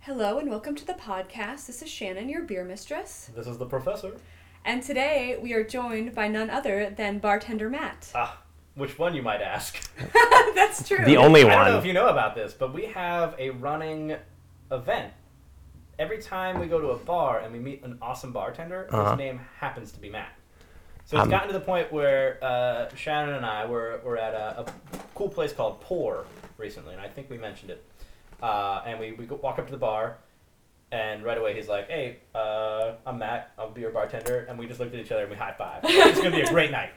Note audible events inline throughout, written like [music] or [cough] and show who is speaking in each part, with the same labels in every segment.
Speaker 1: Hello and welcome to the podcast. This is Shannon, your beer mistress.
Speaker 2: This is the professor.
Speaker 1: And today we are joined by none other than bartender Matt.
Speaker 2: Ah, which one you might ask?
Speaker 1: [laughs] That's true.
Speaker 3: Uh, The only
Speaker 2: I don't know
Speaker 3: one.
Speaker 2: if you know about this, but we have a running event. Every time we go to a bar and we meet an awesome bartender,
Speaker 3: Uh-huh.
Speaker 2: his name happens to be Matt. So it's
Speaker 3: Um,
Speaker 2: gotten to the point where uh, Shannon and I were, were at a, a cool place called Pour recently, and I think we mentioned it. Uh, and we, we go- walk up to the bar, and right away he's like, "Hey, uh, I'm Matt. I'll be your bartender." And we just looked at each other and we high five. it's gonna be a great night.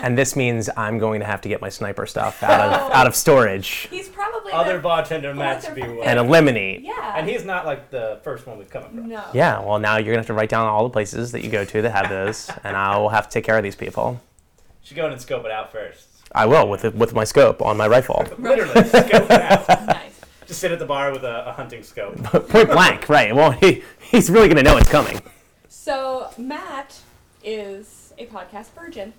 Speaker 3: And this means I'm going to have to get my sniper stuff out of
Speaker 2: Oh.
Speaker 3: out of storage
Speaker 1: He's probably
Speaker 2: Other
Speaker 1: the-
Speaker 2: bartender Matt Spiewak.
Speaker 3: and eliminate.
Speaker 1: yeah.
Speaker 2: And he's not like the first one we've come across.
Speaker 1: no.
Speaker 3: Yeah, well now you're gonna have to write down all the places that you go to that have those, and I will have to take care of these people.
Speaker 2: Should go in and scope it out first.
Speaker 3: I will with it, with my scope on my rifle,
Speaker 2: Literally,
Speaker 1: [laughs]
Speaker 2: scope it out.
Speaker 1: Nice.
Speaker 2: Just sit at the bar with a, a hunting scope.
Speaker 3: point blank. Right. Well, he he's really gonna know it's coming.
Speaker 1: So Matt is a podcast virgin.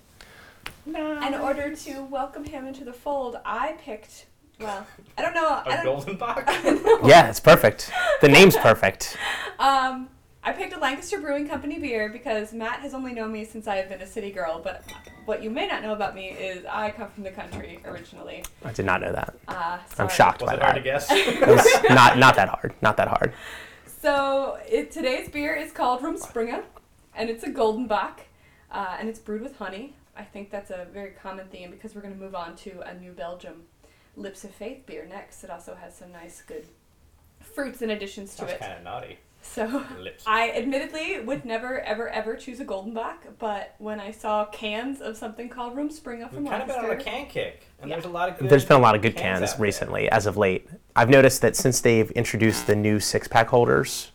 Speaker 1: In order to welcome him into the fold, I picked.
Speaker 3: [laughs]
Speaker 1: Well, I don't know. [laughs] I
Speaker 2: A
Speaker 1: don't,
Speaker 2: golden box.
Speaker 3: Yeah, it's perfect. The name's perfect.
Speaker 1: um, I picked a Lancaster Brewing Company beer because Matt has only known me since I have been a city girl. But what you may not know about me is I come from the country originally.
Speaker 3: I did not know that.
Speaker 1: Uh,
Speaker 3: I'm
Speaker 1: sorry.
Speaker 3: shocked
Speaker 2: Was
Speaker 3: by
Speaker 2: it hard to
Speaker 3: that.
Speaker 2: guess?
Speaker 3: It was not not that hard. Not that hard.
Speaker 1: So it, today's beer is called Rumspringa, and it's a golden bock, uh, and it's brewed with honey. I think that's a very common theme because we're going to move on to a New Belgium Lips of Faith beer next. It also has some nice, good fruits and additions to
Speaker 2: Sounds
Speaker 1: it.
Speaker 2: kind of naughty.
Speaker 1: So
Speaker 2: Lips.
Speaker 1: I admittedly would never, ever, ever choose a golden bock, but when I saw cans of something called Rumspringa from
Speaker 2: We've kind of been on a
Speaker 1: Lancaster,
Speaker 2: can kick, and
Speaker 1: Yeah.
Speaker 2: there's a lot of good.
Speaker 3: There's been a lot of good
Speaker 2: cans
Speaker 3: cans,
Speaker 2: out there.
Speaker 3: recently, as of late. I've noticed that since they've introduced the new six pack holders,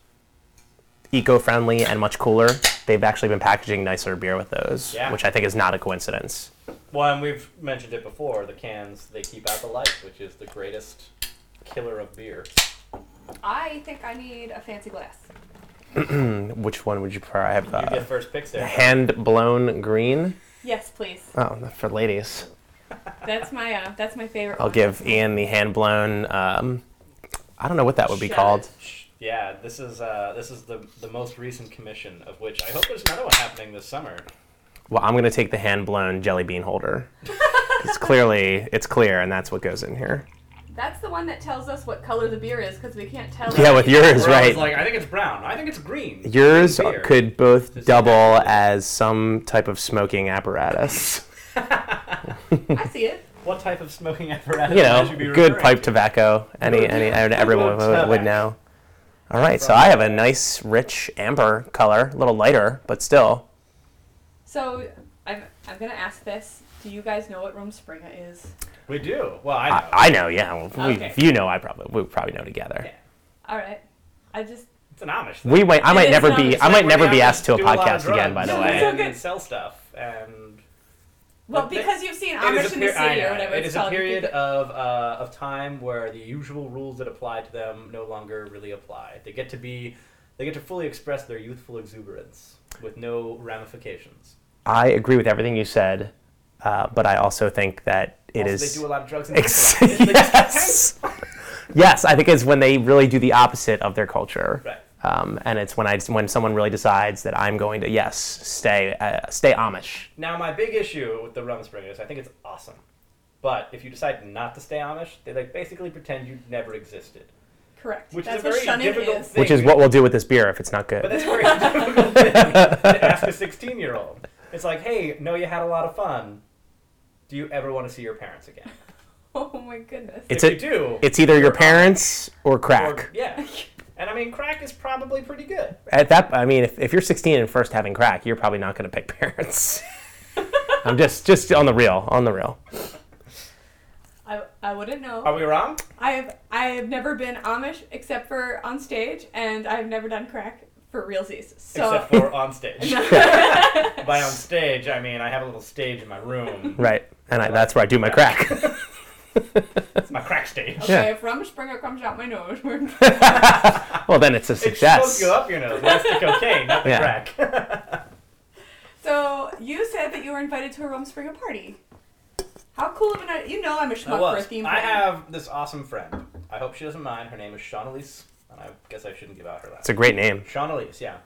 Speaker 3: eco friendly and much cooler, they've actually been packaging nicer beer with those,
Speaker 2: Yeah.
Speaker 3: which I think is not a coincidence.
Speaker 2: Well, and we've mentioned it before. The cans they keep out the light, which is the greatest killer of beer.
Speaker 1: I think I need a fancy glass.
Speaker 3: Mm, Which one would you prefer? I have
Speaker 2: You
Speaker 3: uh,
Speaker 2: get first picks there.
Speaker 3: hand blown green.
Speaker 1: Yes, please.
Speaker 3: Oh, for ladies.
Speaker 1: That's my uh, that's my favorite.
Speaker 3: I'll
Speaker 1: one.
Speaker 3: give Ian the hand blown. Um, I don't know what that would be
Speaker 1: Shut
Speaker 3: called.
Speaker 2: Shh. Yeah, this is uh, this is the the most recent commission of which I hope there's another one happening this summer.
Speaker 3: Well, I'm gonna take the hand blown jelly bean holder. it's clearly it's clear, and that's what goes in here.
Speaker 1: That's the one that tells us what color the beer is because we can't tell.
Speaker 3: Yeah, with yours,
Speaker 2: Where I was
Speaker 3: right?
Speaker 2: like, I think it's brown. I think it's green.
Speaker 3: Yours
Speaker 2: Green beer.
Speaker 3: could both
Speaker 2: Just-
Speaker 3: double as some type of smoking
Speaker 2: [laughs]
Speaker 3: apparatus. [laughs]
Speaker 1: I see it.
Speaker 2: What type of smoking [laughs] apparatus?
Speaker 3: You
Speaker 2: would be
Speaker 3: know, good
Speaker 2: referring
Speaker 3: pipe
Speaker 2: to?
Speaker 3: tobacco. Any,
Speaker 2: Good-
Speaker 3: any, and
Speaker 2: good
Speaker 3: everyone would, would
Speaker 2: tobacco.
Speaker 3: know. All right, so I have a nice, rich amber color, a little lighter, but still.
Speaker 1: So I'm I'm gonna ask this. Do you guys know what Rumspringa is?
Speaker 2: We do. Well, I know.
Speaker 3: I, I know, yeah. Well, we,
Speaker 1: Okay.
Speaker 3: If you know, I probably we probably know together.
Speaker 2: Yeah.
Speaker 1: All right. I just
Speaker 2: it's an Amish. Thing.
Speaker 3: We might, I
Speaker 1: It
Speaker 3: might
Speaker 1: is
Speaker 3: never
Speaker 1: not-
Speaker 3: be,
Speaker 1: it's
Speaker 3: I
Speaker 2: Like,
Speaker 3: might
Speaker 2: we're
Speaker 3: never
Speaker 2: the
Speaker 3: be
Speaker 2: Amish
Speaker 3: asked to a
Speaker 2: do lot of
Speaker 3: podcast again. By
Speaker 2: drugs
Speaker 3: the
Speaker 1: No,
Speaker 2: [laughs]
Speaker 3: way,
Speaker 1: it's
Speaker 2: and
Speaker 1: okay.
Speaker 2: sell stuff and.
Speaker 1: well
Speaker 2: But they-
Speaker 1: because you've seen
Speaker 2: It is
Speaker 1: Amish
Speaker 2: a
Speaker 1: in the
Speaker 2: peri- I
Speaker 1: city
Speaker 2: know.
Speaker 1: or whatever
Speaker 2: It
Speaker 1: it's
Speaker 2: is a
Speaker 1: called. you
Speaker 2: period
Speaker 1: think-
Speaker 2: of uh, of time where the usual rules that apply to them no longer really apply. They get to be, they get to fully express their youthful exuberance with no ramifications.
Speaker 3: I agree with everything you said, uh, but I also think that it
Speaker 2: also,
Speaker 3: is.
Speaker 2: They do a lot of drugs. And [laughs]
Speaker 3: Ex- [laughs]
Speaker 2: they just-
Speaker 3: yes. [laughs] yes, I think it's when they really do the opposite of their culture.
Speaker 2: Right.
Speaker 3: Um, and it's when I when someone really decides that I'm going to yes stay uh, stay Amish.
Speaker 2: Now, my big issue with the Rumspringa is I think it's awesome. But if you decide not to stay Amish, they like basically pretend you never existed.
Speaker 1: Correct.
Speaker 2: Which
Speaker 1: that's
Speaker 2: is a very
Speaker 1: what shunning
Speaker 2: difficult
Speaker 1: is. [laughs]
Speaker 2: thing.
Speaker 3: Which is what we'll do with this beer if it's
Speaker 2: [laughs]
Speaker 3: not
Speaker 2: But
Speaker 3: good.
Speaker 2: that's a very difficult thing to ask a 16 year old. It's like, hey, no, you had a lot of fun. Do you ever want to see your parents again?
Speaker 1: Oh my goodness.
Speaker 3: It's
Speaker 2: if
Speaker 3: a-
Speaker 2: you do.
Speaker 3: It's either your
Speaker 2: you're
Speaker 3: parents or
Speaker 2: Amish.
Speaker 3: crack.
Speaker 2: Or, yeah. And I mean, crack is probably pretty good.
Speaker 3: At that, I mean, if, if you're 16 and first having crack, you're probably not going to pick
Speaker 2: [laughs]
Speaker 3: [laughs] parents. I'm just just on the real, on the real.
Speaker 1: I, I wouldn't know.
Speaker 3: Oh.
Speaker 2: Are we wrong?
Speaker 1: I have I have never been Amish except for on stage, and I've never done crack for realsies. So
Speaker 2: Except for on
Speaker 1: [laughs]
Speaker 2: stage. By on stage, I mean I have a little stage in my room.
Speaker 3: Right, and I, that's where I do my crack. [laughs]
Speaker 2: It's my crack stage.
Speaker 1: okay,
Speaker 3: Yeah.
Speaker 1: if Rumspringa comes out my nose, we're
Speaker 3: well, then it's a
Speaker 2: It shoves
Speaker 3: success.
Speaker 2: you up your nose. That's the cocaine, not the
Speaker 3: Yeah.
Speaker 2: [laughs] crack.
Speaker 1: So you said that you were invited to a Rumspringa party. How cool of an idea! You know I'm a
Speaker 2: I
Speaker 1: schmuck for a
Speaker 2: was.
Speaker 1: theme
Speaker 2: I
Speaker 1: party.
Speaker 2: have this awesome friend. I hope she doesn't mind. Her name is Shawnalise I guess I shouldn't give out her last
Speaker 3: It's a great name.
Speaker 2: Sean Elise, yeah.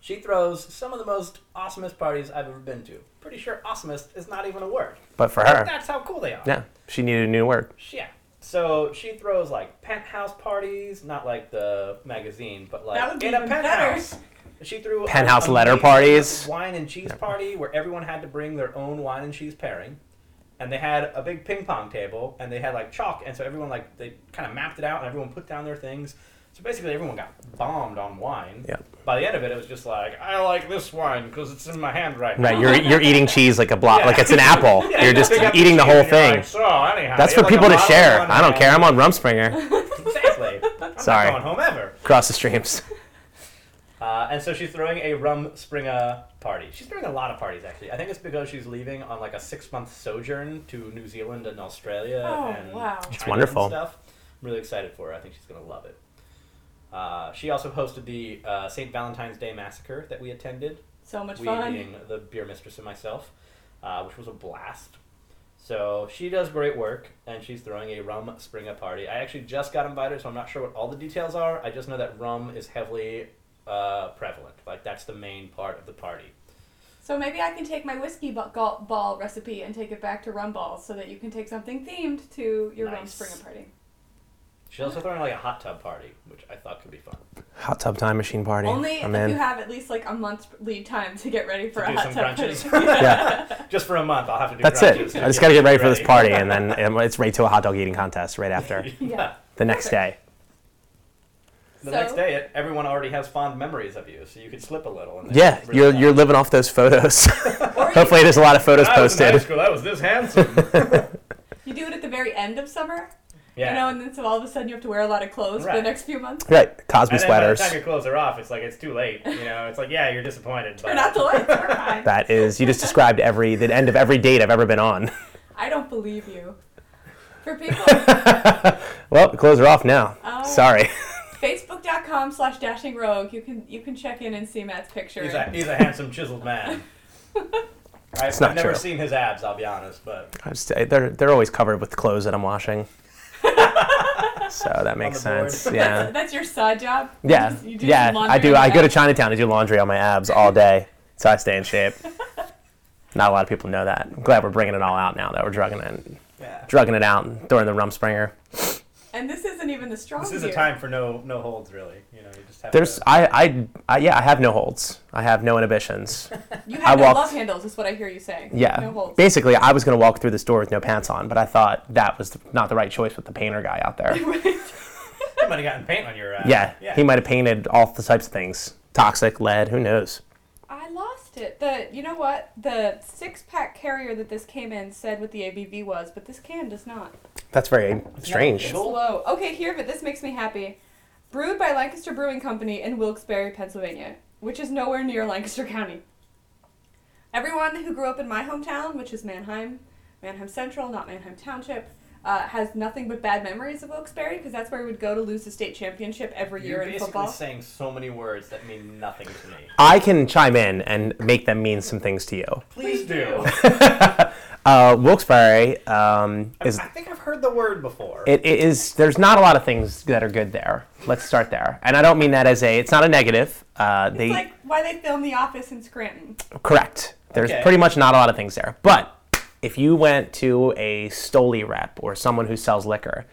Speaker 2: She throws some of the most awesomest parties I've ever been to. Pretty sure awesomest is not even a word.
Speaker 3: But for
Speaker 2: But
Speaker 3: her,
Speaker 2: That's how cool they are.
Speaker 3: yeah, she needed a new word.
Speaker 2: Sh- Yeah. So she throws like penthouse parties, not like the magazine, but like
Speaker 1: That would be
Speaker 2: in a
Speaker 1: even
Speaker 2: penthouse. She threw a-
Speaker 3: Penthouse
Speaker 2: a
Speaker 3: letter
Speaker 2: amazing
Speaker 3: parties.
Speaker 2: wine and cheese party where everyone had to bring their own wine and cheese pairing, and they had a big ping pong table and they had like chalk, and so everyone like they kind of mapped it out and everyone put down their things. So basically, everyone got bombed on wine.
Speaker 3: Yep.
Speaker 2: By the end of it, it was just like I like this wine because it's in my hand right now.
Speaker 3: Right, you're you're eating cheese like a block,
Speaker 2: Yeah.
Speaker 3: like it's an apple.
Speaker 2: [laughs] Yeah,
Speaker 3: you're just
Speaker 2: pick up
Speaker 3: eating the
Speaker 2: cheese
Speaker 3: whole
Speaker 2: and you're
Speaker 3: thing.
Speaker 2: like, so anyhow,
Speaker 3: That's
Speaker 2: you
Speaker 3: for
Speaker 2: have, like, a
Speaker 3: people to
Speaker 2: bottle of
Speaker 3: share.
Speaker 2: wine
Speaker 3: I don't
Speaker 2: now.
Speaker 3: care. I'm on Rumspringer.
Speaker 1: [laughs]
Speaker 2: Exactly. I'm
Speaker 3: Sorry.
Speaker 2: Not going home ever.
Speaker 3: Cross the streams.
Speaker 2: Uh, and so she's throwing a rum springa party. She's throwing a lot of parties actually. I think it's because she's leaving on like a six month sojourn to New Zealand and Australia
Speaker 1: Oh,
Speaker 2: and
Speaker 1: wow.
Speaker 2: China
Speaker 1: It's
Speaker 3: wonderful.
Speaker 2: and stuff. I'm really excited for her. I think she's gonna love it. Uh, she also hosted the uh, St. Valentine's Day massacre that we attended.
Speaker 1: So much
Speaker 2: we
Speaker 1: fun.
Speaker 2: being the beer mistress and myself, uh, which was a blast. So she does great work, and she's throwing a rum springa party. I actually just got invited, so I'm not sure what all the details are. I just know that rum is heavily uh, prevalent. Like that's the main part of the party.
Speaker 1: So maybe I can take my whiskey bu- gall- ball recipe and take it back to rum balls so that you can take something themed to your rum
Speaker 2: Nice.
Speaker 1: springer party.
Speaker 2: She's also throwing like a hot tub party, which I thought could
Speaker 1: [laughs]
Speaker 2: be fun.
Speaker 3: Hot tub time machine party.
Speaker 1: Only
Speaker 3: I'm
Speaker 1: if
Speaker 3: in.
Speaker 1: you have at least like a month's lead time to get ready for
Speaker 2: To
Speaker 1: a
Speaker 2: do
Speaker 1: hot
Speaker 2: some
Speaker 1: tub
Speaker 2: crunches. [laughs]
Speaker 1: party.
Speaker 3: Yeah,
Speaker 2: Just for a month, I'll have to do.
Speaker 3: that's
Speaker 2: brunches
Speaker 3: it.
Speaker 2: to
Speaker 3: I just got to get ready for this
Speaker 2: ready.
Speaker 3: party,
Speaker 2: [laughs]
Speaker 3: and then um, it's right to a hot dog eating contest right after
Speaker 1: Yeah.
Speaker 3: the next day.
Speaker 2: The
Speaker 1: So-
Speaker 2: next day, it, everyone already has fond memories of you, so you could slip a little. And they
Speaker 3: Yeah,
Speaker 2: really
Speaker 3: you're
Speaker 2: love
Speaker 3: you're living off those photos. [laughs]
Speaker 1: Or you,
Speaker 3: Hopefully, there's a lot of photos
Speaker 2: When I was in high
Speaker 3: posted.
Speaker 2: school, I was this handsome.
Speaker 1: [laughs] you do it at the very end of summer,
Speaker 2: Yeah.
Speaker 1: you know, and then so all of a sudden you have to wear a lot of clothes for
Speaker 2: Right.
Speaker 1: the next few months.
Speaker 3: Right, Cosby
Speaker 2: and then by the
Speaker 3: sweaters.
Speaker 2: time your clothes are off, it's like it's too late. You know, it's like yeah, you're disappointed. But
Speaker 1: Turn out the lights. We're fine.
Speaker 3: [laughs] That is, you just described every the end of every date I've ever been on. [laughs]
Speaker 1: I don't believe you.
Speaker 2: [laughs]
Speaker 1: For people,
Speaker 3: Well, the clothes are off now.
Speaker 1: Oh.
Speaker 3: Sorry.
Speaker 1: facebook.com slash dashing rogue, you can you can check in and see Matt's picture.
Speaker 2: he's a, he's a handsome,
Speaker 1: [laughs]
Speaker 2: chiseled man. I,
Speaker 3: It's not
Speaker 2: I've never
Speaker 3: true.
Speaker 2: seen his abs. I'll be honest, but
Speaker 3: I just, they're they're always covered with clothes that I'm washing.
Speaker 1: [laughs]
Speaker 3: so that makes
Speaker 2: the board.
Speaker 3: sense.
Speaker 1: That's, [laughs]
Speaker 3: Yeah.
Speaker 1: that's your side job. You
Speaker 3: Yeah.
Speaker 1: just- you do
Speaker 3: yeah.
Speaker 1: laundry
Speaker 3: I do.
Speaker 1: and
Speaker 3: I go to
Speaker 1: that.
Speaker 3: Chinatown to do laundry on my abs all day, so I stay in
Speaker 1: [laughs]
Speaker 3: shape. Not a lot of people know that. I'm glad we're bringing it all out now that we're drugging it,
Speaker 2: yeah.
Speaker 3: drugging it out during the Rumspringer.
Speaker 1: And this isn't even the strong
Speaker 2: This is
Speaker 1: beer.
Speaker 2: a time for no no holds, really. You know, you just have
Speaker 3: There's
Speaker 2: to.
Speaker 3: I, I I yeah I have no holds. I have no
Speaker 1: [laughs]
Speaker 3: inhibitions.
Speaker 1: You
Speaker 3: I
Speaker 1: have no
Speaker 3: walked-
Speaker 1: love handles, is what I hear you saying.
Speaker 3: Yeah.
Speaker 1: No holds. [laughs]
Speaker 3: Basically, I was going to walk through this door with no pants on, but I thought that was not the right choice with the painter guy out there.
Speaker 2: You might have gotten paint on your abs.
Speaker 3: yeah,
Speaker 2: yeah.
Speaker 3: he might have painted all the types of things toxic, lead, who knows?
Speaker 1: I lost it. The you know what? The six pack carrier that this came in said what the ABV was, but this can does not.
Speaker 3: That's very strange.
Speaker 2: Cool.
Speaker 1: Slow. Okay, here, but this makes me happy. Brewed by Lancaster Brewing Company in Wilkes-Barre, Pennsylvania, which is nowhere near Lancaster County. Everyone who grew up in my hometown, which is Manheim, Manheim Central, not Manheim Township, uh, has nothing but bad memories of Wilkes-Barre because that's where we would go to lose the state championship every year
Speaker 2: You're
Speaker 1: in
Speaker 2: basically
Speaker 1: football.
Speaker 2: saying so many words that mean nothing
Speaker 1: [laughs]
Speaker 2: to me.
Speaker 3: I can chime in and make them mean some things to you.
Speaker 2: Please do.
Speaker 3: Uh, Wilkes-Barre um,
Speaker 2: I,
Speaker 3: [laughs] is
Speaker 2: I think I've heard the word before.
Speaker 3: it, it is there's not a lot of things that are good there. Let's start there, and I don't mean that as a it's not a negative. Uh, they
Speaker 1: It's like why they film The Office in Scranton.
Speaker 3: Correct. There's
Speaker 2: Okay.
Speaker 3: pretty much not a lot of things there. But if you went to a Stoli rep or someone who sells liquor,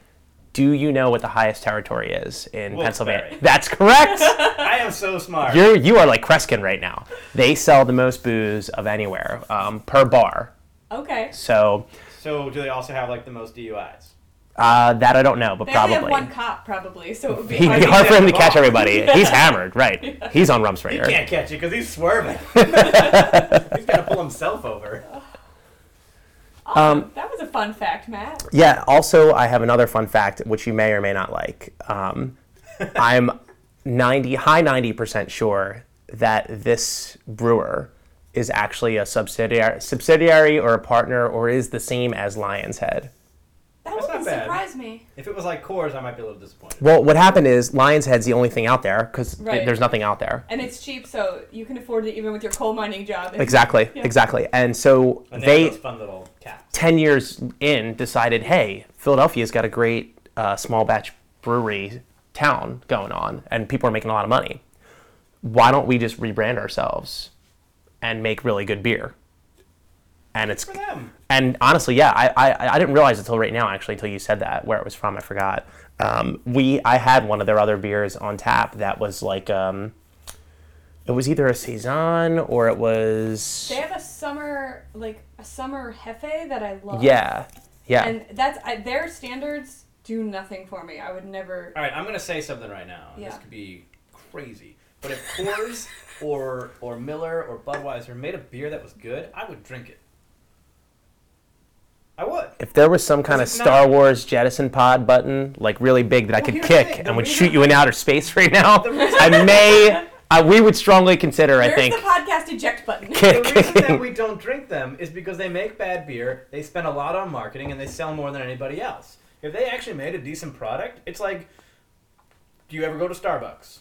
Speaker 3: do you know what the highest territory is in Pennsylvania?
Speaker 2: Wilkes-Barre.
Speaker 3: That's correct. [laughs]
Speaker 2: I am so smart.
Speaker 3: You're you are like Kreskin right now. They sell the most booze of anywhere um, per bar.
Speaker 1: Okay.
Speaker 3: So
Speaker 2: so do they also have like the most DUIs?
Speaker 3: uh, that I don't know, but
Speaker 1: They
Speaker 3: probably
Speaker 1: only have
Speaker 3: [laughs]
Speaker 1: one cop, probably, so it would
Speaker 2: [laughs]
Speaker 1: be
Speaker 3: It'd
Speaker 1: hard
Speaker 3: be
Speaker 1: to [laughs]
Speaker 3: hard for him to
Speaker 2: Yeah.
Speaker 3: catch everybody. He's hammered, right? He's on
Speaker 2: He
Speaker 3: Rumspringer.
Speaker 2: can't catch you because he's
Speaker 3: [laughs]
Speaker 2: swerving. [laughs] he's got to pull himself over.
Speaker 1: Awesome. that was a fun fact, Matt.
Speaker 3: Yeah. Also, I have another fun fact, which you may or may not like.
Speaker 1: [laughs]
Speaker 3: Um, I'm ninety, high ninety percent sure that this brewer is actually a subsidiary, subsidiary or a partner, or is the same as Lion's Head.
Speaker 1: That
Speaker 2: That's
Speaker 1: wouldn't
Speaker 2: not bad.
Speaker 1: surprise me.
Speaker 2: If it was like Coors, I might be a little disappointed.
Speaker 3: Well, what happened is Lion's Head's the only thing out there because
Speaker 1: Right.
Speaker 3: there's nothing out there.
Speaker 1: And it's cheap, so you can afford it even with your coal mining job. If-
Speaker 3: Exactly.
Speaker 1: Yeah.
Speaker 3: Exactly. And so
Speaker 2: And they,
Speaker 3: they
Speaker 2: have those fun little caps.
Speaker 3: 10 years in decided hey philadelphia's got a great uh, small batch brewery town going on and people are making a lot of money. Why don't we just rebrand ourselves and make really good beer? And it's
Speaker 2: For them.
Speaker 3: and honestly, yeah, I, I I didn't realize until right now actually until you said that where it was from. I forgot. Um, we I had one of their other beers on tap that was like um, it was either a saison or it was
Speaker 1: They have a summer like a summer hefe that I love.
Speaker 3: yeah yeah
Speaker 1: And that's I, their standards do nothing for me. I would never.
Speaker 2: All right, I'm gonna say something right now. and This
Speaker 1: Yeah.
Speaker 2: could be crazy, but if
Speaker 1: [laughs]
Speaker 2: Coors or or Miller or Budweiser made a beer that was good, I would drink it. I would.
Speaker 3: if there was some kind of
Speaker 2: it's not-
Speaker 3: Star Wars jettison pod button, like really
Speaker 2: [laughs]
Speaker 3: big that I
Speaker 2: Well,
Speaker 3: could
Speaker 2: here's the
Speaker 3: kick
Speaker 2: thing, the
Speaker 3: and would
Speaker 2: reason-
Speaker 3: shoot you in outer space [laughs] right now,
Speaker 2: reason-
Speaker 3: I may, I, we would strongly consider, I
Speaker 1: There's
Speaker 3: think,
Speaker 1: the podcast eject button.
Speaker 2: The
Speaker 3: kick.
Speaker 2: reason that we don't drink them is because they make bad beer, they spend a lot on marketing, and they sell more than anybody else. If they actually made a decent product, it's like, do you ever go to Starbucks?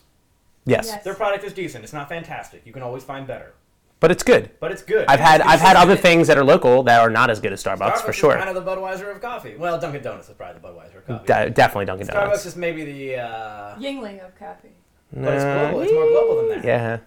Speaker 3: yes.
Speaker 1: Yes.
Speaker 2: Their product is decent. It's not fantastic. You can always find better,
Speaker 3: But it's good.
Speaker 2: but it's good.
Speaker 3: I've
Speaker 2: And
Speaker 3: had,
Speaker 2: it's
Speaker 3: I've had
Speaker 2: decent.
Speaker 3: other things that are local that are not as good as Starbucks,
Speaker 2: Starbucks
Speaker 3: for
Speaker 2: is
Speaker 3: sure.
Speaker 2: Kind of the Budweiser of coffee. Well, Dunkin' Donuts is probably the Budweiser of coffee.
Speaker 3: De- definitely Dunkin'
Speaker 2: Starbucks
Speaker 3: Donuts.
Speaker 2: is maybe the. Uh,
Speaker 1: Yingling of coffee.
Speaker 2: But it's global. It's
Speaker 3: Nah,
Speaker 2: more global than that.
Speaker 3: Yeah,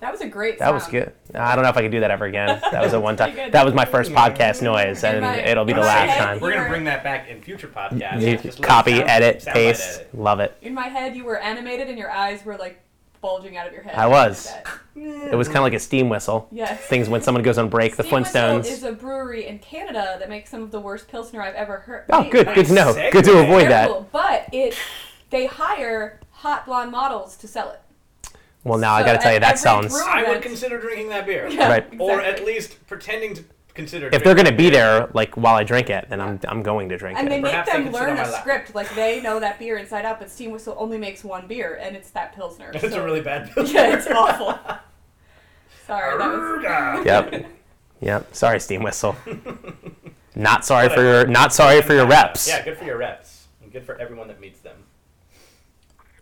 Speaker 1: That was a great.
Speaker 3: that was
Speaker 1: sound.
Speaker 3: good. I don't know if I could do that
Speaker 1: [laughs]
Speaker 3: ever again. That was a one time.
Speaker 1: Pretty good.
Speaker 3: That was my first podcast noise,
Speaker 1: In
Speaker 3: and
Speaker 1: my-
Speaker 3: it'll be
Speaker 1: in
Speaker 3: the
Speaker 1: my
Speaker 3: last
Speaker 1: head,
Speaker 3: time.
Speaker 2: We're gonna bring that back in future podcasts.
Speaker 3: You
Speaker 2: Just little
Speaker 3: Copy,
Speaker 2: sound-
Speaker 3: edit,
Speaker 2: soundbite
Speaker 3: paste.
Speaker 2: edit.
Speaker 3: Love it.
Speaker 1: In my head, you were animated, and your eyes were like bulging out of your head.
Speaker 3: I was.
Speaker 1: Like that.
Speaker 3: It was kind of like a steam whistle.
Speaker 1: Yes.
Speaker 3: Things when someone goes on break, the
Speaker 1: Sea Whistle
Speaker 3: Flintstones.
Speaker 1: is a brewery in Canada that makes some of the worst pilsner I've ever heard.
Speaker 3: Oh,
Speaker 1: made.
Speaker 3: good, good to know. Good to
Speaker 2: Segue.
Speaker 3: avoid that.
Speaker 1: Terrible, But it, they hire hot blonde models to sell it.
Speaker 3: Well, now I
Speaker 1: So
Speaker 3: got to tell you,
Speaker 1: at
Speaker 3: that
Speaker 1: every
Speaker 3: sounds.
Speaker 1: brew-
Speaker 2: I would consider drinking that beer,
Speaker 1: [laughs] Yeah,
Speaker 3: Right.
Speaker 2: or at
Speaker 1: exactly.
Speaker 2: least pretending to consider.
Speaker 3: If they're
Speaker 2: drinking
Speaker 3: going to be there, like while I drink it, then I'm, I'm going to drink
Speaker 1: And they
Speaker 3: it.
Speaker 1: make
Speaker 2: Perhaps they
Speaker 1: them
Speaker 2: can sit on
Speaker 1: learn
Speaker 2: my
Speaker 1: a
Speaker 2: lap.
Speaker 1: script, like they know that beer inside out, but Steam Whistle only makes one beer, and it's that Pilsner.
Speaker 2: [laughs] That's
Speaker 1: so-
Speaker 2: a really bad
Speaker 1: [laughs]
Speaker 2: beer.
Speaker 1: yeah, it's
Speaker 2: [laughs]
Speaker 1: awful. Sorry, that was
Speaker 2: Arrgh.
Speaker 3: [laughs] Yep. Yep. Sorry, steam
Speaker 1: [laughs]
Speaker 3: whistle. Not sorry for your not sorry for your reps.
Speaker 2: Yeah, good for your reps, and good for everyone that meets them.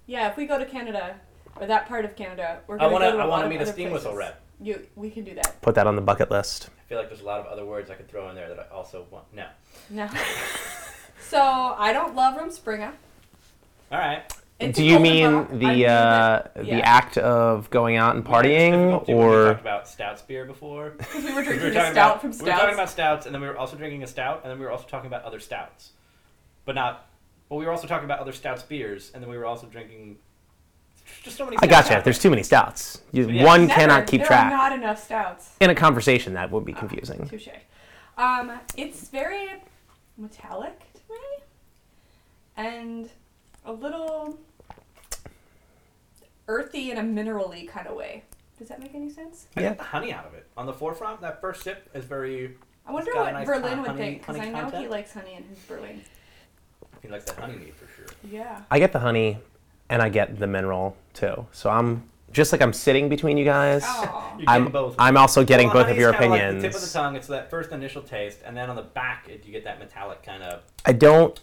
Speaker 1: yeah. If we go to Canada or that part of Canada, we're
Speaker 2: I
Speaker 1: gonna
Speaker 2: want to.
Speaker 1: go to
Speaker 2: I
Speaker 1: want to
Speaker 2: meet a steam whistle rep.
Speaker 1: You, we can do that.
Speaker 3: Put that on the bucket list.
Speaker 2: I feel like there's a lot of other words I could throw in there that I also want. No.
Speaker 1: No.
Speaker 2: [laughs]
Speaker 1: so I don't love Rum Springer.
Speaker 2: All right.
Speaker 1: It's
Speaker 3: Do
Speaker 1: a
Speaker 3: you
Speaker 1: golden
Speaker 3: mean
Speaker 1: rock. I
Speaker 3: the uh,
Speaker 1: it.
Speaker 3: the
Speaker 1: Yeah.
Speaker 3: act of going out and partying,
Speaker 2: We
Speaker 3: or
Speaker 2: talked about stouts beer before.
Speaker 1: Because we were drinking
Speaker 2: we were
Speaker 1: a stout
Speaker 2: talking about
Speaker 1: from
Speaker 2: we were talking
Speaker 1: Stouts.
Speaker 2: about stouts, and then we were also drinking a stout, and then we were also talking about other stouts, but not. But we were also talking about other stouts beers, and then we were also drinking. Just so many.
Speaker 3: I
Speaker 2: stouts
Speaker 3: gotcha.
Speaker 2: out
Speaker 3: There's too many stouts. You,
Speaker 2: Yeah.
Speaker 3: One
Speaker 1: Never.
Speaker 3: cannot keep
Speaker 1: there
Speaker 3: track.
Speaker 1: Are not enough stouts.
Speaker 3: In a conversation, that would be confusing.
Speaker 1: Touche. Um, it's very metallic to me, and a little earthy in a minerally kind of way. Does that make any sense?
Speaker 2: there. I
Speaker 3: Yeah.
Speaker 2: got the honey out of it on the forefront. That first sip is very.
Speaker 1: I wonder
Speaker 2: got a
Speaker 1: what
Speaker 2: nice
Speaker 1: Berlin
Speaker 2: con-
Speaker 1: would
Speaker 2: honey-
Speaker 1: think because
Speaker 2: honey
Speaker 1: I know he
Speaker 2: content.
Speaker 1: likes honey in his Berlin.
Speaker 2: He likes that honey meat for sure.
Speaker 1: Yeah.
Speaker 3: I get the honey, and I get the mineral too. So I'm just like I'm sitting between [laughs] you guys.
Speaker 1: Oh.
Speaker 2: You're
Speaker 3: I'm
Speaker 2: getting both.
Speaker 3: I'm also getting
Speaker 2: Well,
Speaker 3: both of
Speaker 2: honey's
Speaker 3: your
Speaker 2: kinda like
Speaker 3: opinions.
Speaker 2: the tip of the tongue. It's that first initial taste, and then on the back it, you get that metallic kind of.
Speaker 3: I don't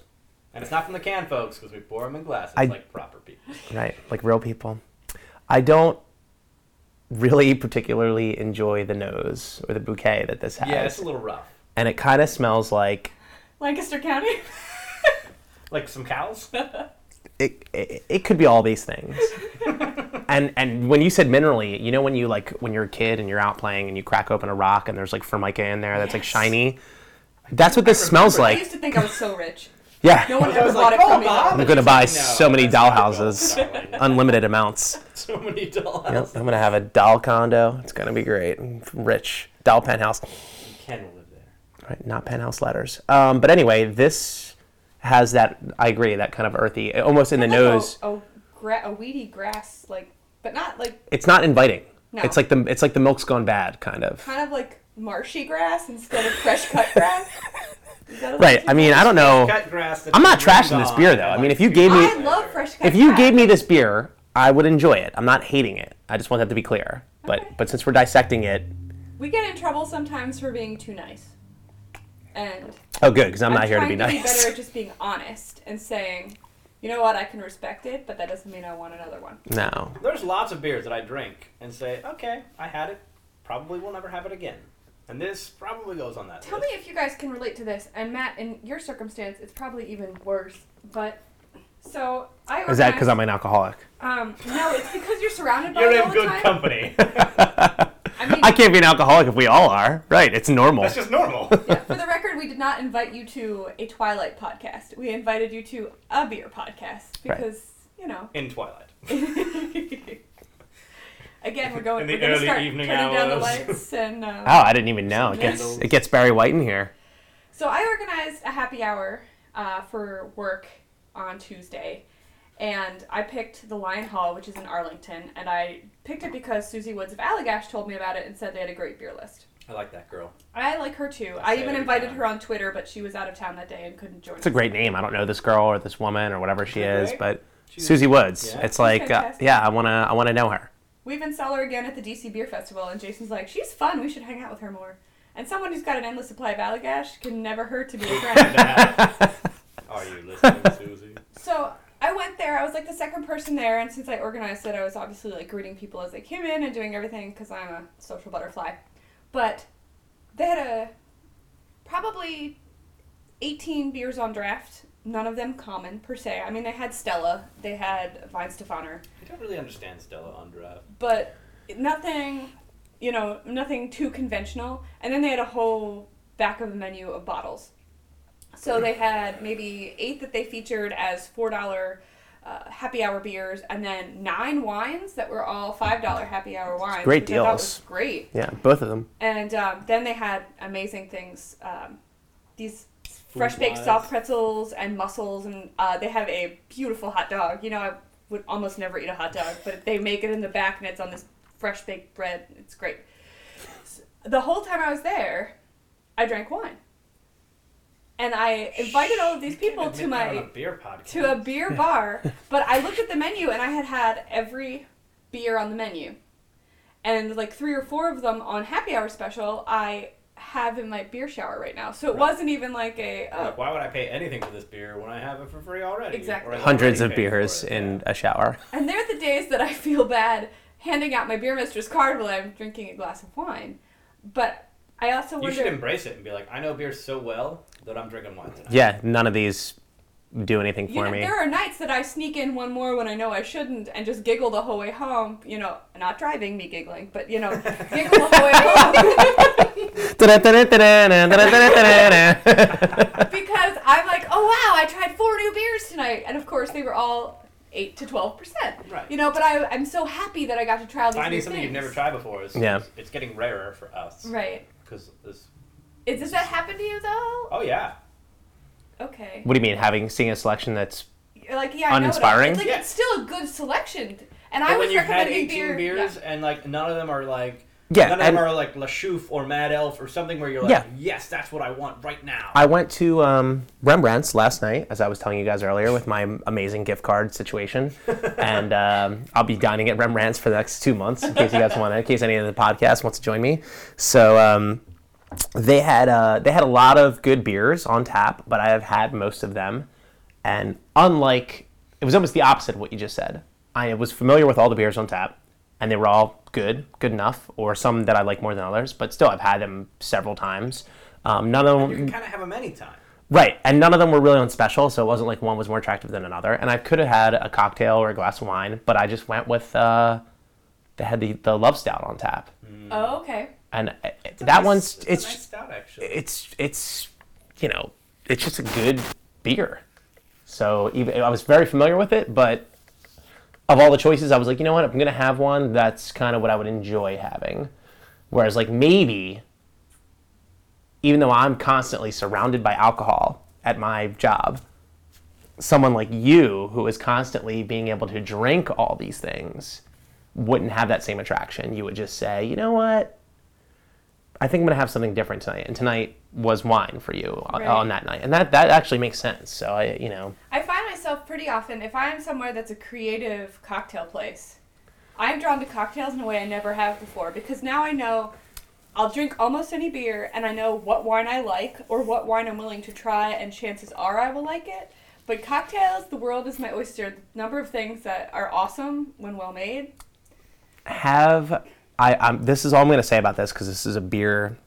Speaker 2: And it's not from the can, folks, because we pour them in glasses
Speaker 3: I-
Speaker 2: like proper people.
Speaker 3: right like real people. I don't really particularly enjoy the nose or the bouquet that this has,
Speaker 2: Yeah, it's a little rough.
Speaker 3: and it kind of smells like
Speaker 1: Lancaster County. [laughs]
Speaker 2: Like some [laughs] cows.
Speaker 3: it, it, it could be all
Speaker 1: [laughs]
Speaker 3: these things. and and when you said minerally, you know when you like when you're a kid and you're out playing and you crack open a rock and there's like formica in there that's like
Speaker 1: Yes.
Speaker 3: shiny. That's what this
Speaker 2: I
Speaker 3: smells
Speaker 1: I used
Speaker 3: like.
Speaker 1: to think I was so rich.
Speaker 3: Yeah.
Speaker 1: [laughs] No one
Speaker 2: I
Speaker 1: ever
Speaker 2: was
Speaker 1: bought it
Speaker 2: like, "Oh,
Speaker 1: from me.
Speaker 2: Bob."
Speaker 3: I'm gonna buy
Speaker 2: No,
Speaker 3: so many
Speaker 2: that's not the goal,
Speaker 3: dollhouses, [laughs]
Speaker 2: darling.
Speaker 3: unlimited amounts.
Speaker 2: [laughs] so many dollhouses.
Speaker 3: Yep, I'm gonna have a doll condo. It's gonna be great. rich doll penthouse.
Speaker 2: Ken will live there.
Speaker 3: Right, not penthouse letters. Um, but anyway, this has that. I agree. That kind of earthy, almost in [laughs] the
Speaker 1: Like a-
Speaker 3: nose.
Speaker 1: A, gra- a weedy grass, like, but not like
Speaker 3: It's not inviting.
Speaker 1: No.
Speaker 3: It's like the it's like the milk's gone bad, kind of.
Speaker 1: kind of like marshy grass instead of fresh cut
Speaker 3: [laughs]
Speaker 1: grass. Is that a
Speaker 3: Right. I
Speaker 1: legend?
Speaker 3: mean, I don't know.
Speaker 2: Cut grass that's
Speaker 3: Oh. I'm not
Speaker 2: been
Speaker 3: trashing
Speaker 2: long
Speaker 3: this beer, though.
Speaker 2: gone.
Speaker 3: I mean, if you gave me-
Speaker 1: I love fresh cut.
Speaker 3: If you
Speaker 1: grass.
Speaker 3: gave me this beer, I would enjoy it. I'm not hating it. I just want that to be clear.
Speaker 1: Okay.
Speaker 3: But but since we're dissecting it,
Speaker 1: we get in trouble sometimes for being too nice. And
Speaker 3: oh good, because I'm, not here to
Speaker 1: trying
Speaker 3: be nice.
Speaker 1: better at just being honest and saying, you know what, I can respect it, but that doesn't mean I want another one.
Speaker 3: [laughs] no.
Speaker 2: there's lots of beers that I drink and say, okay, I had it, probably will never have it again, and this probably goes on that.
Speaker 1: Tell me
Speaker 2: list.
Speaker 1: if you guys can relate to this. And Matt, in your circumstance, it's probably even worse. But So I
Speaker 3: Is that because
Speaker 1: organized-
Speaker 3: I'm an alcoholic?
Speaker 1: Um, no, it's because you're surrounded by
Speaker 2: You're
Speaker 1: it all
Speaker 2: in
Speaker 1: the
Speaker 2: good
Speaker 1: time.
Speaker 3: [laughs]
Speaker 2: company.
Speaker 1: I mean,
Speaker 3: I can't be an alcoholic if we all are. Right, it's normal.
Speaker 2: That's just
Speaker 3: [laughs]
Speaker 2: normal.
Speaker 1: yeah, for the record, we did not invite you to a Twilight podcast. We invited you to a beer podcast
Speaker 3: Right.
Speaker 1: because you know.
Speaker 2: In Twilight.
Speaker 1: [laughs] Again, we're going.
Speaker 2: In the
Speaker 1: we're gonna
Speaker 2: early
Speaker 1: start
Speaker 2: evening
Speaker 1: turning down the
Speaker 2: hours.
Speaker 1: lights and. Um,
Speaker 3: Oh, I didn't even know. It gets,
Speaker 2: Candles.
Speaker 3: it gets Barry White in here.
Speaker 1: So I organized a happy hour uh, for work on Tuesday, and I picked the Lion Hall, which is in Arlington, and I picked it because Susie Woods of Allagash told me about it and said they had a great beer list.
Speaker 2: I like that girl.
Speaker 1: I like her too.
Speaker 2: I
Speaker 1: I
Speaker 2: say
Speaker 1: even
Speaker 2: every
Speaker 1: invited
Speaker 2: time.
Speaker 1: her on Twitter, but she was out of town that day and couldn't join.
Speaker 3: It's a
Speaker 1: us.
Speaker 3: great name. I don't know this girl or this woman or whatever she
Speaker 2: Isn't that
Speaker 3: is,
Speaker 2: great?
Speaker 3: but
Speaker 2: She's-
Speaker 3: Susie Woods.
Speaker 2: Yeah.
Speaker 3: It's like, uh,
Speaker 1: fantastic.
Speaker 3: yeah, I wanna, I wanna know her.
Speaker 1: We've been saw her again at the DC Beer Festival, and Jason's like, "She's fun. We should hang out with her more." And someone who's got an endless supply of Allagash can never hurt to be a friend.
Speaker 2: [laughs] Are you
Speaker 3: [laughs]
Speaker 2: listening, Susie?
Speaker 1: So I went there. I was like the second person there, and since I organized it, I was obviously like greeting people as they came in and doing everything because I'm a social butterfly. But they had a probably 18 beers on draft. None of them common per se. I mean, they had Stella, they had Vine Stefaner,
Speaker 2: I don't really understand Stella on draft.
Speaker 1: but nothing, you know, nothing too conventional. And then they had a whole back of the menu of bottles. So they had maybe eight that they featured as four dollar uh, happy hour beers, and then nine wines that were all five dollar happy hour wines.
Speaker 3: great
Speaker 1: which I thought was
Speaker 3: deals.
Speaker 1: great.
Speaker 3: [laughs] Yeah, both of them.
Speaker 1: And um, then they had amazing things. Um, these fresh baked
Speaker 2: wise.
Speaker 1: soft pretzels and mussels, and uh, they have a beautiful hot dog. You know, I would almost never eat a hot dog, but they make it in the back, and it's on this fresh baked bread. It's great. S- The whole time I was there, I drank wine, and I invited all of these people to my
Speaker 2: on a beer podcast.
Speaker 1: to a beer bar, but I looked at the menu and I had had every beer on the menu. And like three or four of them on happy hour special, I have in my beer shower right now. So it wasn't even like a oh,
Speaker 2: Like, why would I pay anything for this beer when I have it for free already?
Speaker 1: Exactly.
Speaker 2: Or I've
Speaker 3: Hundreds
Speaker 2: already
Speaker 3: of
Speaker 2: paid for
Speaker 3: beers
Speaker 2: it,
Speaker 3: in
Speaker 2: yeah.
Speaker 3: a shower.
Speaker 1: And they're the days that I [laughs] feel bad handing out my beer mistress card while I'm drinking a glass of wine. But I also
Speaker 2: You
Speaker 1: wonder
Speaker 2: should embrace it and be like, I know beer so well that I'm drinking wine tonight.
Speaker 3: Yeah, none of these do anything
Speaker 1: You
Speaker 3: for
Speaker 1: know,
Speaker 3: me.
Speaker 1: there are nights that I sneak in one more when I know I shouldn't and just giggle the whole way home. You know, not driving me giggling, but you know, giggle the whole way home. [laughs] [laughs] because I'm like, oh wow, I tried four new beers tonight, and of course they were all eight to twelve percent.
Speaker 2: Right.
Speaker 1: You know, but I, I'm so happy that I got to try all these
Speaker 2: Finding
Speaker 1: new
Speaker 2: something you've
Speaker 1: things.
Speaker 2: never tried before is
Speaker 3: Yeah.
Speaker 2: it's getting rarer for us.
Speaker 1: Right.
Speaker 2: Because this.
Speaker 1: Is, does that happen to you though?
Speaker 2: Oh yeah.
Speaker 1: Okay.
Speaker 3: what do you mean, having seeing a selection that's
Speaker 1: You're Like yeah, I know what I-
Speaker 3: Uninspiring?
Speaker 1: It's like
Speaker 2: Yeah.
Speaker 1: it's still a good selection, and I
Speaker 2: But
Speaker 1: was
Speaker 2: when you've had
Speaker 1: recommending
Speaker 2: 18
Speaker 1: beer.
Speaker 2: beers
Speaker 1: yeah.
Speaker 2: and like none of them are like.
Speaker 3: Yeah,
Speaker 2: None of
Speaker 3: and-
Speaker 2: them are like La Chouffe or Mad Elf or something where you're like,
Speaker 3: Yeah.
Speaker 2: yes, that's what I want right now.
Speaker 3: I went to um, Rembrandt's last night, as I was telling you guys earlier, with my amazing gift card
Speaker 2: [laughs]
Speaker 3: situation, and um, I'll be dining at Rembrandt's for the next two months. In case you guys want, to, in case any of the podcast wants to join me, so um, they had uh, they had a lot of good beers on tap, but I have had most of them, and unlike it was almost the opposite of what you just said. I was familiar with all the beers on tap, and they were all good, good enough, or some that I like more than others. But still, I've had them several times. Um, none of them,
Speaker 2: you can kind of have them anytime.
Speaker 3: Right, and none of them were really on special, so it wasn't like one was more attractive than another. And I could have had a cocktail or a glass of wine, but I just went with uh, they had the, the love stout on tap,
Speaker 1: Oh okay.
Speaker 3: and I- that
Speaker 2: Nice-
Speaker 3: one's
Speaker 2: it's,
Speaker 3: it's
Speaker 2: a nice stout actually.
Speaker 3: it's it's you know it's just a good beer. So even I was very familiar with it, but of all the choices, I was like, you know what, if I'm gonna have one. That's kind of what I would enjoy having. Whereas like maybe, even though I'm constantly surrounded by alcohol at my job, someone like you who is constantly being able to drink all these things wouldn't have that same attraction. You would just say, you know what, I think I'm gonna have something different tonight. And tonight was wine for you on,
Speaker 1: Right.
Speaker 3: on that night, and that that actually makes sense. So I, you know,
Speaker 1: I find myself pretty often if I'm somewhere that's a creative cocktail place, I'm drawn to cocktails in a way I never have before because now I know I'll drink almost any beer and I know what wine I like or what wine I'm willing to try and chances are I will like it. But cocktails, the world is my oyster. The number of things that are awesome when well made.
Speaker 3: have I? I'm, this is all I'm gonna say about this because this is a beer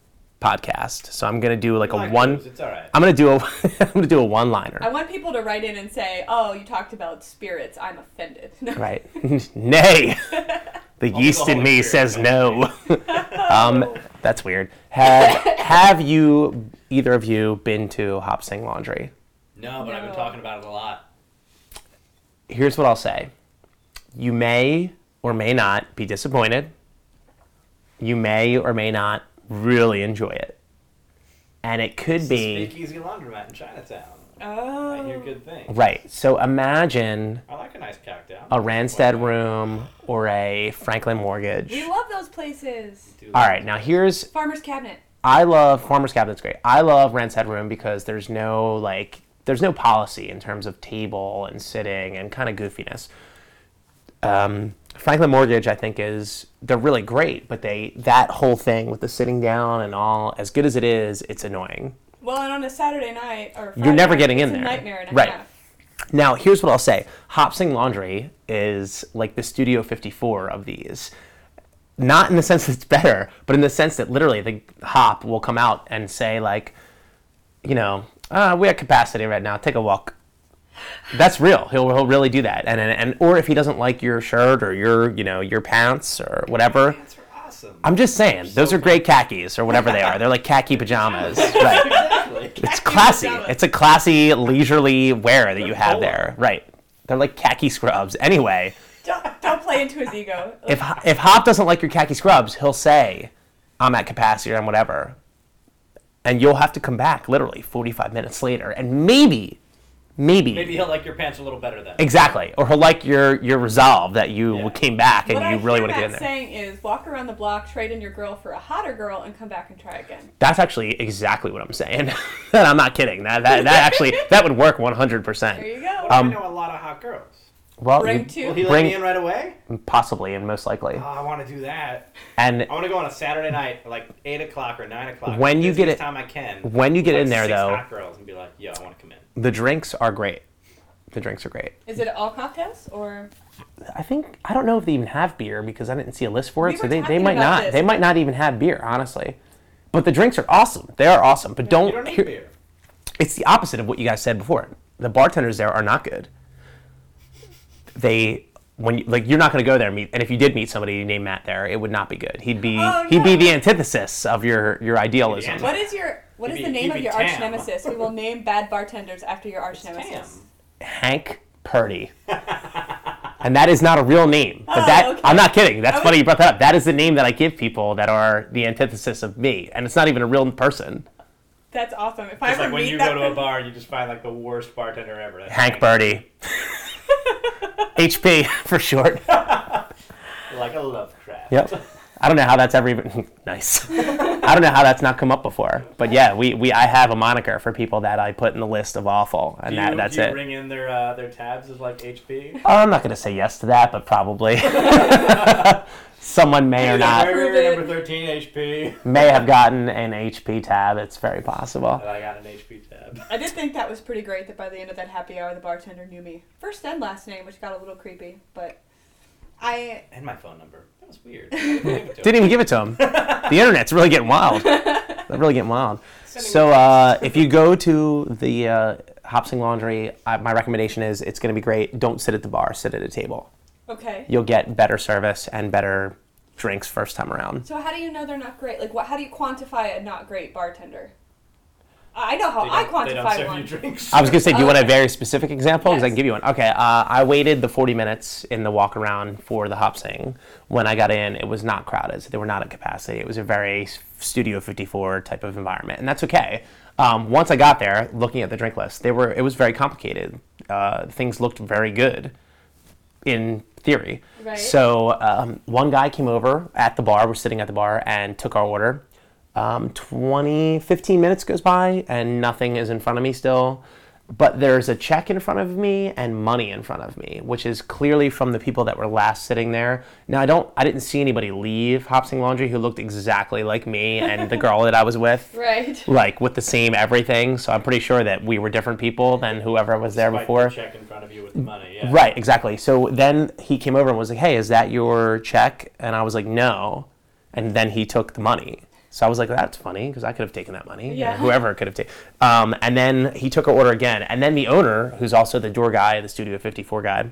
Speaker 3: podcast. So I'm gonna do like a
Speaker 2: Like
Speaker 3: one.
Speaker 2: those, It's all right.
Speaker 3: I'm gonna do a. [laughs] I'm gonna do a one-liner.
Speaker 1: I want people to write in and say, "Oh, you talked about spirits. I'm offended." [laughs] No.
Speaker 3: Right. [laughs] Nay. The
Speaker 2: the
Speaker 3: yeast in
Speaker 2: Holy
Speaker 3: me
Speaker 2: Spirit.
Speaker 3: says no. um, that's weird. Have Have you either of you been to Hop Sing Laundry?
Speaker 2: No, but I've been
Speaker 1: No.
Speaker 2: talking about it a lot.
Speaker 3: Here's what I'll say. You may or may not be disappointed. You may or may not really enjoy it. And it could be
Speaker 2: Speakeasy laundromat in Chinatown. I hear
Speaker 1: Oh.
Speaker 2: good things.
Speaker 3: right. So imagine
Speaker 2: I like a nice cocktail.
Speaker 3: a Randstad room or a Franklin mortgage.
Speaker 1: We love those places.
Speaker 3: All right, now here's
Speaker 1: Farmer's Cabinet.
Speaker 3: I love Farmer's Cabinet's great. I love Rent's Headroom because there's no like there's no policy in terms of table and sitting and kind of goofiness. Um, Franklin Mortgage, I think, is they're really great, but they that whole thing with the sitting down and all, as good as it is, it's annoying.
Speaker 1: Well, and on a Saturday night or Friday
Speaker 3: You're never
Speaker 1: night,
Speaker 3: getting
Speaker 1: it's
Speaker 3: in
Speaker 1: a
Speaker 3: there.
Speaker 1: Nightmare and a
Speaker 3: Right.
Speaker 1: half.
Speaker 3: Now, here's what I'll say Hopsing Laundry is like the Studio 54 of these. Not in the [laughs] sense that it's better, but in the sense that literally the hop will come out and say, like, you know, uh, we have capacity right now, take a walk. That's real. He'll, he'll really do that. And, and, and or if he doesn't like your shirt or your, you know, your pants or whatever.
Speaker 2: Pants are awesome.
Speaker 3: I'm just saying, those are great khakis or whatever they are. They're like khaki pajamas. Right.
Speaker 2: exactly.
Speaker 3: [laughs] It's classy.
Speaker 1: pajamas.
Speaker 3: It's a classy, leisurely wear that you have
Speaker 2: polo.
Speaker 3: there, right? They're like khaki scrubs. Anyway,
Speaker 1: Don't, don't play into his ego.
Speaker 3: [laughs] if if Hop doesn't like your khaki scrubs, he'll say, "I'm at capacity or I'm whatever," and you'll have to come back literally 45 minutes later, and maybe, maybe,
Speaker 2: Maybe he'll like your pants a little better then.
Speaker 3: exactly, or he'll like your your resolve that you
Speaker 2: Yeah.
Speaker 3: came back and
Speaker 1: what I
Speaker 3: you really
Speaker 1: hear
Speaker 3: want to get in
Speaker 1: Matt
Speaker 3: there.
Speaker 1: saying is walk around the block, trade in your girl for a hotter girl, and come back and try again.
Speaker 3: That's actually exactly what I'm saying, [laughs] and I'm not kidding. That that, that actually that would work 100.
Speaker 1: There
Speaker 3: percent
Speaker 1: you go.
Speaker 2: What if
Speaker 3: Um,
Speaker 2: I know a lot of hot girls.
Speaker 3: Well,
Speaker 1: Bring
Speaker 3: you-
Speaker 1: two.
Speaker 2: Will he let
Speaker 3: bring- Mm.
Speaker 2: me in right away?
Speaker 3: possibly and most likely,
Speaker 2: Oh, I want to do that.
Speaker 3: and
Speaker 2: I want to go on a Saturday night, like eight o'clock or nine o'clock.
Speaker 3: When you get
Speaker 2: busiest
Speaker 3: it-
Speaker 2: time I can.
Speaker 3: when you get
Speaker 2: like
Speaker 3: in there
Speaker 2: six
Speaker 3: though,
Speaker 2: hot girls and be like, yo, I want to come in.
Speaker 3: the drinks are great. The drinks are great.
Speaker 1: Is it all cocktails or?
Speaker 3: I think I don't know if they even have beer because I didn't see a list for it.
Speaker 1: We
Speaker 3: so
Speaker 1: were
Speaker 3: they, they
Speaker 1: talking
Speaker 3: might
Speaker 1: about
Speaker 3: not.
Speaker 1: this.
Speaker 3: They might not even have beer, honestly. But the drinks are awesome. They are awesome. But don't.
Speaker 2: You don't need beer.
Speaker 3: It's the opposite of what you guys said before. The bartenders there are not good. They when you, like you're not going to go there and meet. And if you did meet somebody named Matt there, it would not be good. He'd be
Speaker 1: Oh,
Speaker 3: he'd be
Speaker 1: no.
Speaker 3: the antithesis of your your idealism.
Speaker 2: anti-
Speaker 1: What is your what is
Speaker 2: You'd
Speaker 1: the
Speaker 2: be-
Speaker 1: name
Speaker 2: you'd
Speaker 1: of
Speaker 2: be
Speaker 1: your
Speaker 2: Tam.
Speaker 1: arch nemesis? We will name bad bartenders after your arch nemesis.
Speaker 3: Hank Purdy. and that is not a real name.
Speaker 2: Oh,
Speaker 3: But that
Speaker 1: okay.
Speaker 3: I'm not kidding. That's
Speaker 1: Okay.
Speaker 3: funny you brought that up. That is the name that I give people that are the antithesis of me. And it's not even a real person.
Speaker 1: That's awesome. If I
Speaker 2: It's
Speaker 1: ever
Speaker 2: like when
Speaker 1: meet
Speaker 2: you
Speaker 1: that
Speaker 2: go to a bar and you just find like the worst bartender ever. That's
Speaker 3: Hank Purdy. HP [laughs] for short.
Speaker 2: Like a Lovecraft.
Speaker 3: Yep. I don't know how that's ever even [laughs] nice. I don't know how that's not come up before. But yeah, we, we I have a moniker for people that I put in the list of awful and
Speaker 2: Do you,
Speaker 3: that, that's
Speaker 2: do you
Speaker 3: it.
Speaker 2: ring in their uh, their tabs as like HP?
Speaker 3: Oh, I'm not gonna say yes to that, but probably.
Speaker 2: [laughs]
Speaker 3: [laughs] Someone may or not.
Speaker 2: Very,
Speaker 1: Prove
Speaker 2: very
Speaker 1: it.
Speaker 2: number thirteen HP.
Speaker 3: may have gotten an HP tab. It's very possible.
Speaker 2: And I got an HP tab.
Speaker 1: I did think that was pretty great that by the end of that happy hour the bartender knew me. First and last name, which got a little creepy, but I
Speaker 2: And my phone number. That was
Speaker 1: [laughs]
Speaker 2: weird. Did
Speaker 3: Didn't even give it to him. The internet's really getting wild. They're really getting wild.
Speaker 2: Sending
Speaker 3: So uh, if you go to the uh, Hopsing Laundry, I, my recommendation is it's going to be great. Don't sit at the bar. Sit at a table.
Speaker 1: okay.
Speaker 3: You'll get better service and better drinks first time around.
Speaker 1: So how do you know they're not great? Like, what? How do you quantify a not great bartender? I I know how
Speaker 2: They
Speaker 1: I
Speaker 2: don't- They don't
Speaker 1: quantify
Speaker 2: serve you
Speaker 1: one.
Speaker 2: drinks.
Speaker 3: I was gonna say, do you want a
Speaker 1: Okay.
Speaker 3: very specific example? Because I
Speaker 1: Yes.
Speaker 3: can give you one. Okay, uh, I waited the 40 minutes in the walk around for the hop sing. When I got in, it was not crowded, so they were not at capacity. It was a very Studio 54 type of environment, and that's okay. Um, once I got there, looking at the drink list, they were it was very complicated. Uh, things looked very good in theory.
Speaker 1: Right.
Speaker 3: So um, one guy came over at the bar, we're sitting at the bar, and took our order. Um, 20, 15 minutes goes by, and nothing is in front of me still. But there's a check in front of me and money in front of me, which is clearly from the people that were last sitting there. Now I don't, I didn't see anybody leave Hopsing Laundry who looked exactly like me and the girl that I was with,
Speaker 1: [laughs] [laughs] Right.
Speaker 3: like with the same everything. So I'm pretty sure that we were different people than whoever was there
Speaker 2: Despite the
Speaker 3: before.
Speaker 2: check in front of you with the money. Yeah.
Speaker 3: Right, exactly. So then he came over and was like, "Hey, is that your check?" And I was like, "No." And then he took the money. So I was like, that's funny because I could have taken that money.
Speaker 1: Yeah.
Speaker 3: Yeah. Whoever could have taken. Um, and then he took our order again. And then the owner, who's also the door guy, the Studio 54 guy,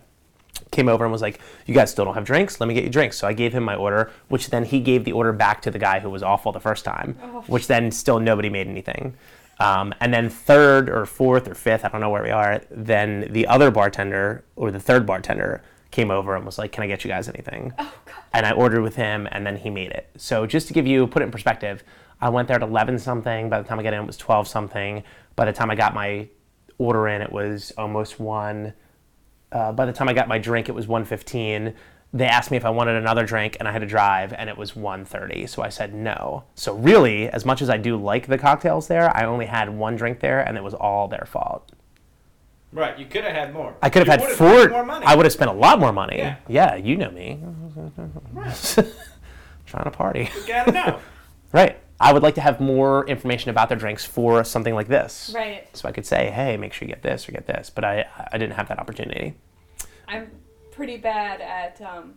Speaker 3: came over and was like, you guys still don't have drinks? Let me get you drinks. So I gave him my order, which then he gave the order back to the guy who was awful the first time,
Speaker 1: Oh.
Speaker 3: which then still nobody made anything. Um, and then third or fourth or fifth, I don't know where we are, then the other bartender or the third bartender came over and was like, can I get you guys anything? and I ordered with him, and then he made it. So just to give you put it in perspective, I went there at eleven something. By the time I got in, it was twelve something. By the time I got my order in, it was almost one. Uh, by the time I got my drink, it was one fifteen. They asked me if I wanted another drink, and I had to drive, and it was one thirty. So I said no. So really, as much as I do like the cocktails there, I only had one drink there, and it was all their fault.
Speaker 2: Right, you could have had more.
Speaker 3: I could
Speaker 2: You
Speaker 3: have had
Speaker 2: would've
Speaker 3: four.
Speaker 2: made more money.
Speaker 3: I would have spent a lot more money.
Speaker 2: Yeah.
Speaker 3: yeah you know me. [laughs] Trying to party.
Speaker 2: You gotta
Speaker 3: [laughs]
Speaker 2: know.
Speaker 3: Right. I would like to have more information about their drinks for something like this.
Speaker 1: Right.
Speaker 3: So I could say, hey, make sure you get this or get this. But I, I didn't have that opportunity.
Speaker 1: I'm pretty bad at um,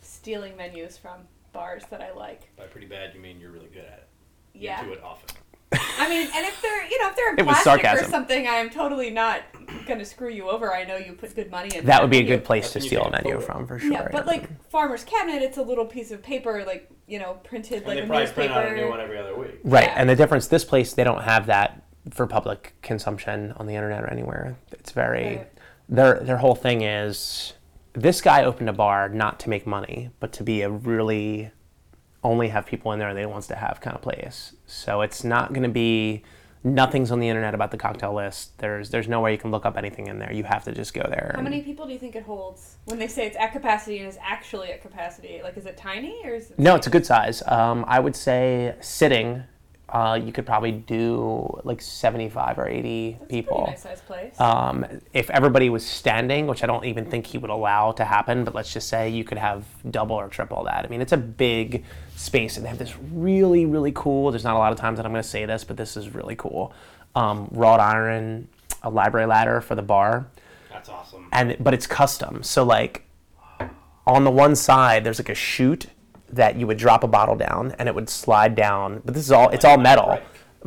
Speaker 1: stealing menus from bars that I like.
Speaker 2: By pretty bad, you mean you're really good at it. You
Speaker 1: Yeah.
Speaker 2: do it often.
Speaker 1: I mean, and if they're you know if they're in
Speaker 3: It was
Speaker 1: plastic or
Speaker 3: sarcasm.
Speaker 1: something, I'm totally not gonna screw you over. I know you put good money in.
Speaker 3: That would be a
Speaker 1: menu.
Speaker 3: good
Speaker 2: That's
Speaker 3: place to
Speaker 2: when you
Speaker 3: steal a
Speaker 2: take a
Speaker 3: menu
Speaker 2: photo.
Speaker 3: from for sure.
Speaker 1: Yeah, but like farmer's cabinet, it's a little piece of paper, like you know, printed
Speaker 2: And
Speaker 1: like
Speaker 2: they
Speaker 1: a
Speaker 2: probably print out a new
Speaker 1: newspaper.
Speaker 2: one every other week.
Speaker 3: Right.
Speaker 1: yeah.
Speaker 3: And the difference, this place, they don't have that for public consumption on the internet or anywhere. It's very.
Speaker 1: Right.
Speaker 3: Their, their whole thing is this guy opened a bar not to make money, but to be a really only have people in there they wants to have kind of place. So it's not going to be nothing's on the internet about the cocktail list. There's there's no way you can look up anything in there. You have to just go there.
Speaker 1: How
Speaker 3: and-
Speaker 1: many people do you think it holds when they say it's at capacity and it's actually at capacity? Like, is it tiny or is it?
Speaker 3: No, it's a good size. Um, I would say sitting, uh, you could probably do like 75 or 80
Speaker 1: That's A
Speaker 3: people.
Speaker 1: pretty nice sized place.
Speaker 3: Um, if everybody was standing, which I don't even think he would allow to happen, but let's just say you could have double or triple that. I mean, it's a big space, and they have this really, really cool. There's not a lot of times that I'm going to say this, but this is really cool. Um, wrought iron, a library ladder for the bar,
Speaker 2: That's awesome.
Speaker 3: and but it's custom. So like, on the one side, there's like a chute that you would drop a bottle down, and it would slide down. But this is all it's all metal,
Speaker 2: Break.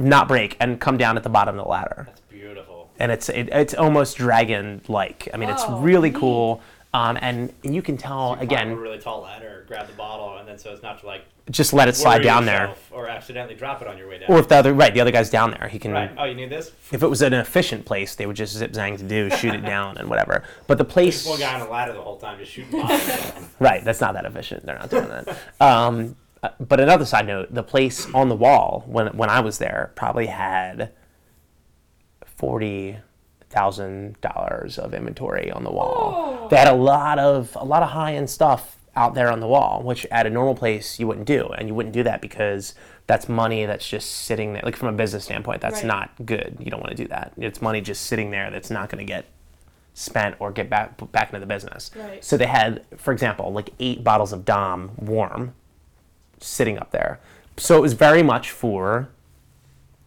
Speaker 3: not break, and come down at the bottom of the ladder
Speaker 2: That's beautiful.
Speaker 3: and it's it, it's almost dragon like. I mean, it's
Speaker 1: Oh,
Speaker 3: really
Speaker 1: neat.
Speaker 3: cool. Um, and you can tell
Speaker 2: Climb a
Speaker 3: again,
Speaker 2: really tall ladder, grab the bottle, and then so it's not to like
Speaker 3: just let it slide
Speaker 2: worry
Speaker 3: down there.
Speaker 2: yourself or accidentally drop it on your way down.
Speaker 3: Or if the other right, the other guy's down there, he can.
Speaker 2: right. Oh, you need this?
Speaker 3: If it was an efficient place, they would just zip zang to do, shoot
Speaker 2: [laughs]
Speaker 3: it down, and whatever. But the place,
Speaker 2: There's one guy on a ladder the whole time just
Speaker 3: [laughs]
Speaker 2: shooting bottles. down.
Speaker 3: right? That's not that efficient. They're not doing that. Um, uh, but another side note, the place on the wall when when I was there probably had forty thousand dollars of inventory on the wall.
Speaker 1: Oh.
Speaker 3: They had a lot of a lot of high end stuff out there on the wall, which at a normal place you wouldn't do, and you wouldn't do that because that's money that's just sitting there. Like from a business standpoint, that's
Speaker 1: Right.
Speaker 3: not good. You don't want to do that. It's money just sitting there that's not going to get spent or get back put back into the business.
Speaker 1: Right.
Speaker 3: So they had, for example, like eight bottles of Dom warm sitting up there. So it was very much for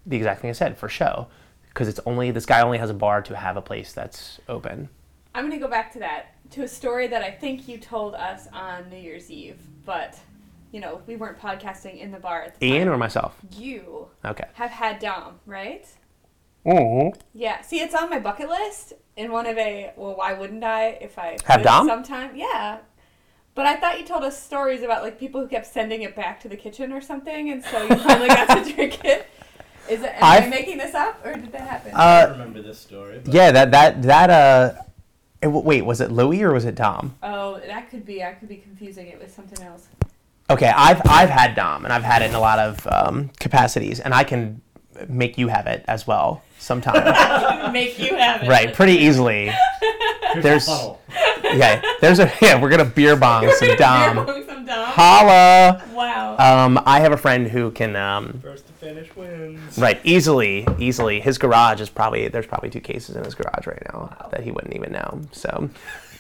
Speaker 3: the exact thing I said for show, because it's only this guy only has a bar to have a place that's open.
Speaker 1: I'm going to go back to that, to a story that I think you told us on New Year's Eve, but, you know, we weren't podcasting in the bar at the
Speaker 3: Ian
Speaker 1: time.
Speaker 3: or myself?
Speaker 1: You
Speaker 3: Okay.
Speaker 1: have had Dom, right?
Speaker 3: Oh.
Speaker 1: Yeah. See, it's on my bucket list in one of a, well, why wouldn't I if I
Speaker 3: Have
Speaker 1: could
Speaker 3: Dom?
Speaker 1: sometime? Yeah. But I thought you told us stories about, like, people who kept sending it back to the kitchen or something, and so you finally got to [laughs] drink it. Is it, am I
Speaker 3: I've-
Speaker 1: making this up, or did that happen?
Speaker 2: I
Speaker 3: Uh,
Speaker 2: don't remember this story. But
Speaker 3: yeah. That that that uh, it, wait, was it Louis or was it Dom?
Speaker 1: oh, that could be, I could be confusing it with something else.
Speaker 3: Okay, I've I've had Dom and I've had it in a lot of um, capacities, and I can make you have it as well sometime.
Speaker 1: make you have it. [laughs]
Speaker 3: right, pretty easily.
Speaker 2: Here's
Speaker 3: There's-
Speaker 2: the bottle.
Speaker 3: Okay, there's a yeah. We're gonna beer bong some Dom.
Speaker 1: Some dumb.
Speaker 3: Holla.
Speaker 1: Wow.
Speaker 3: Um, I have a friend who can um,
Speaker 2: First to finish wins.
Speaker 3: right easily, easily. His garage is probably there's probably two cases in his garage right now that he wouldn't even know. So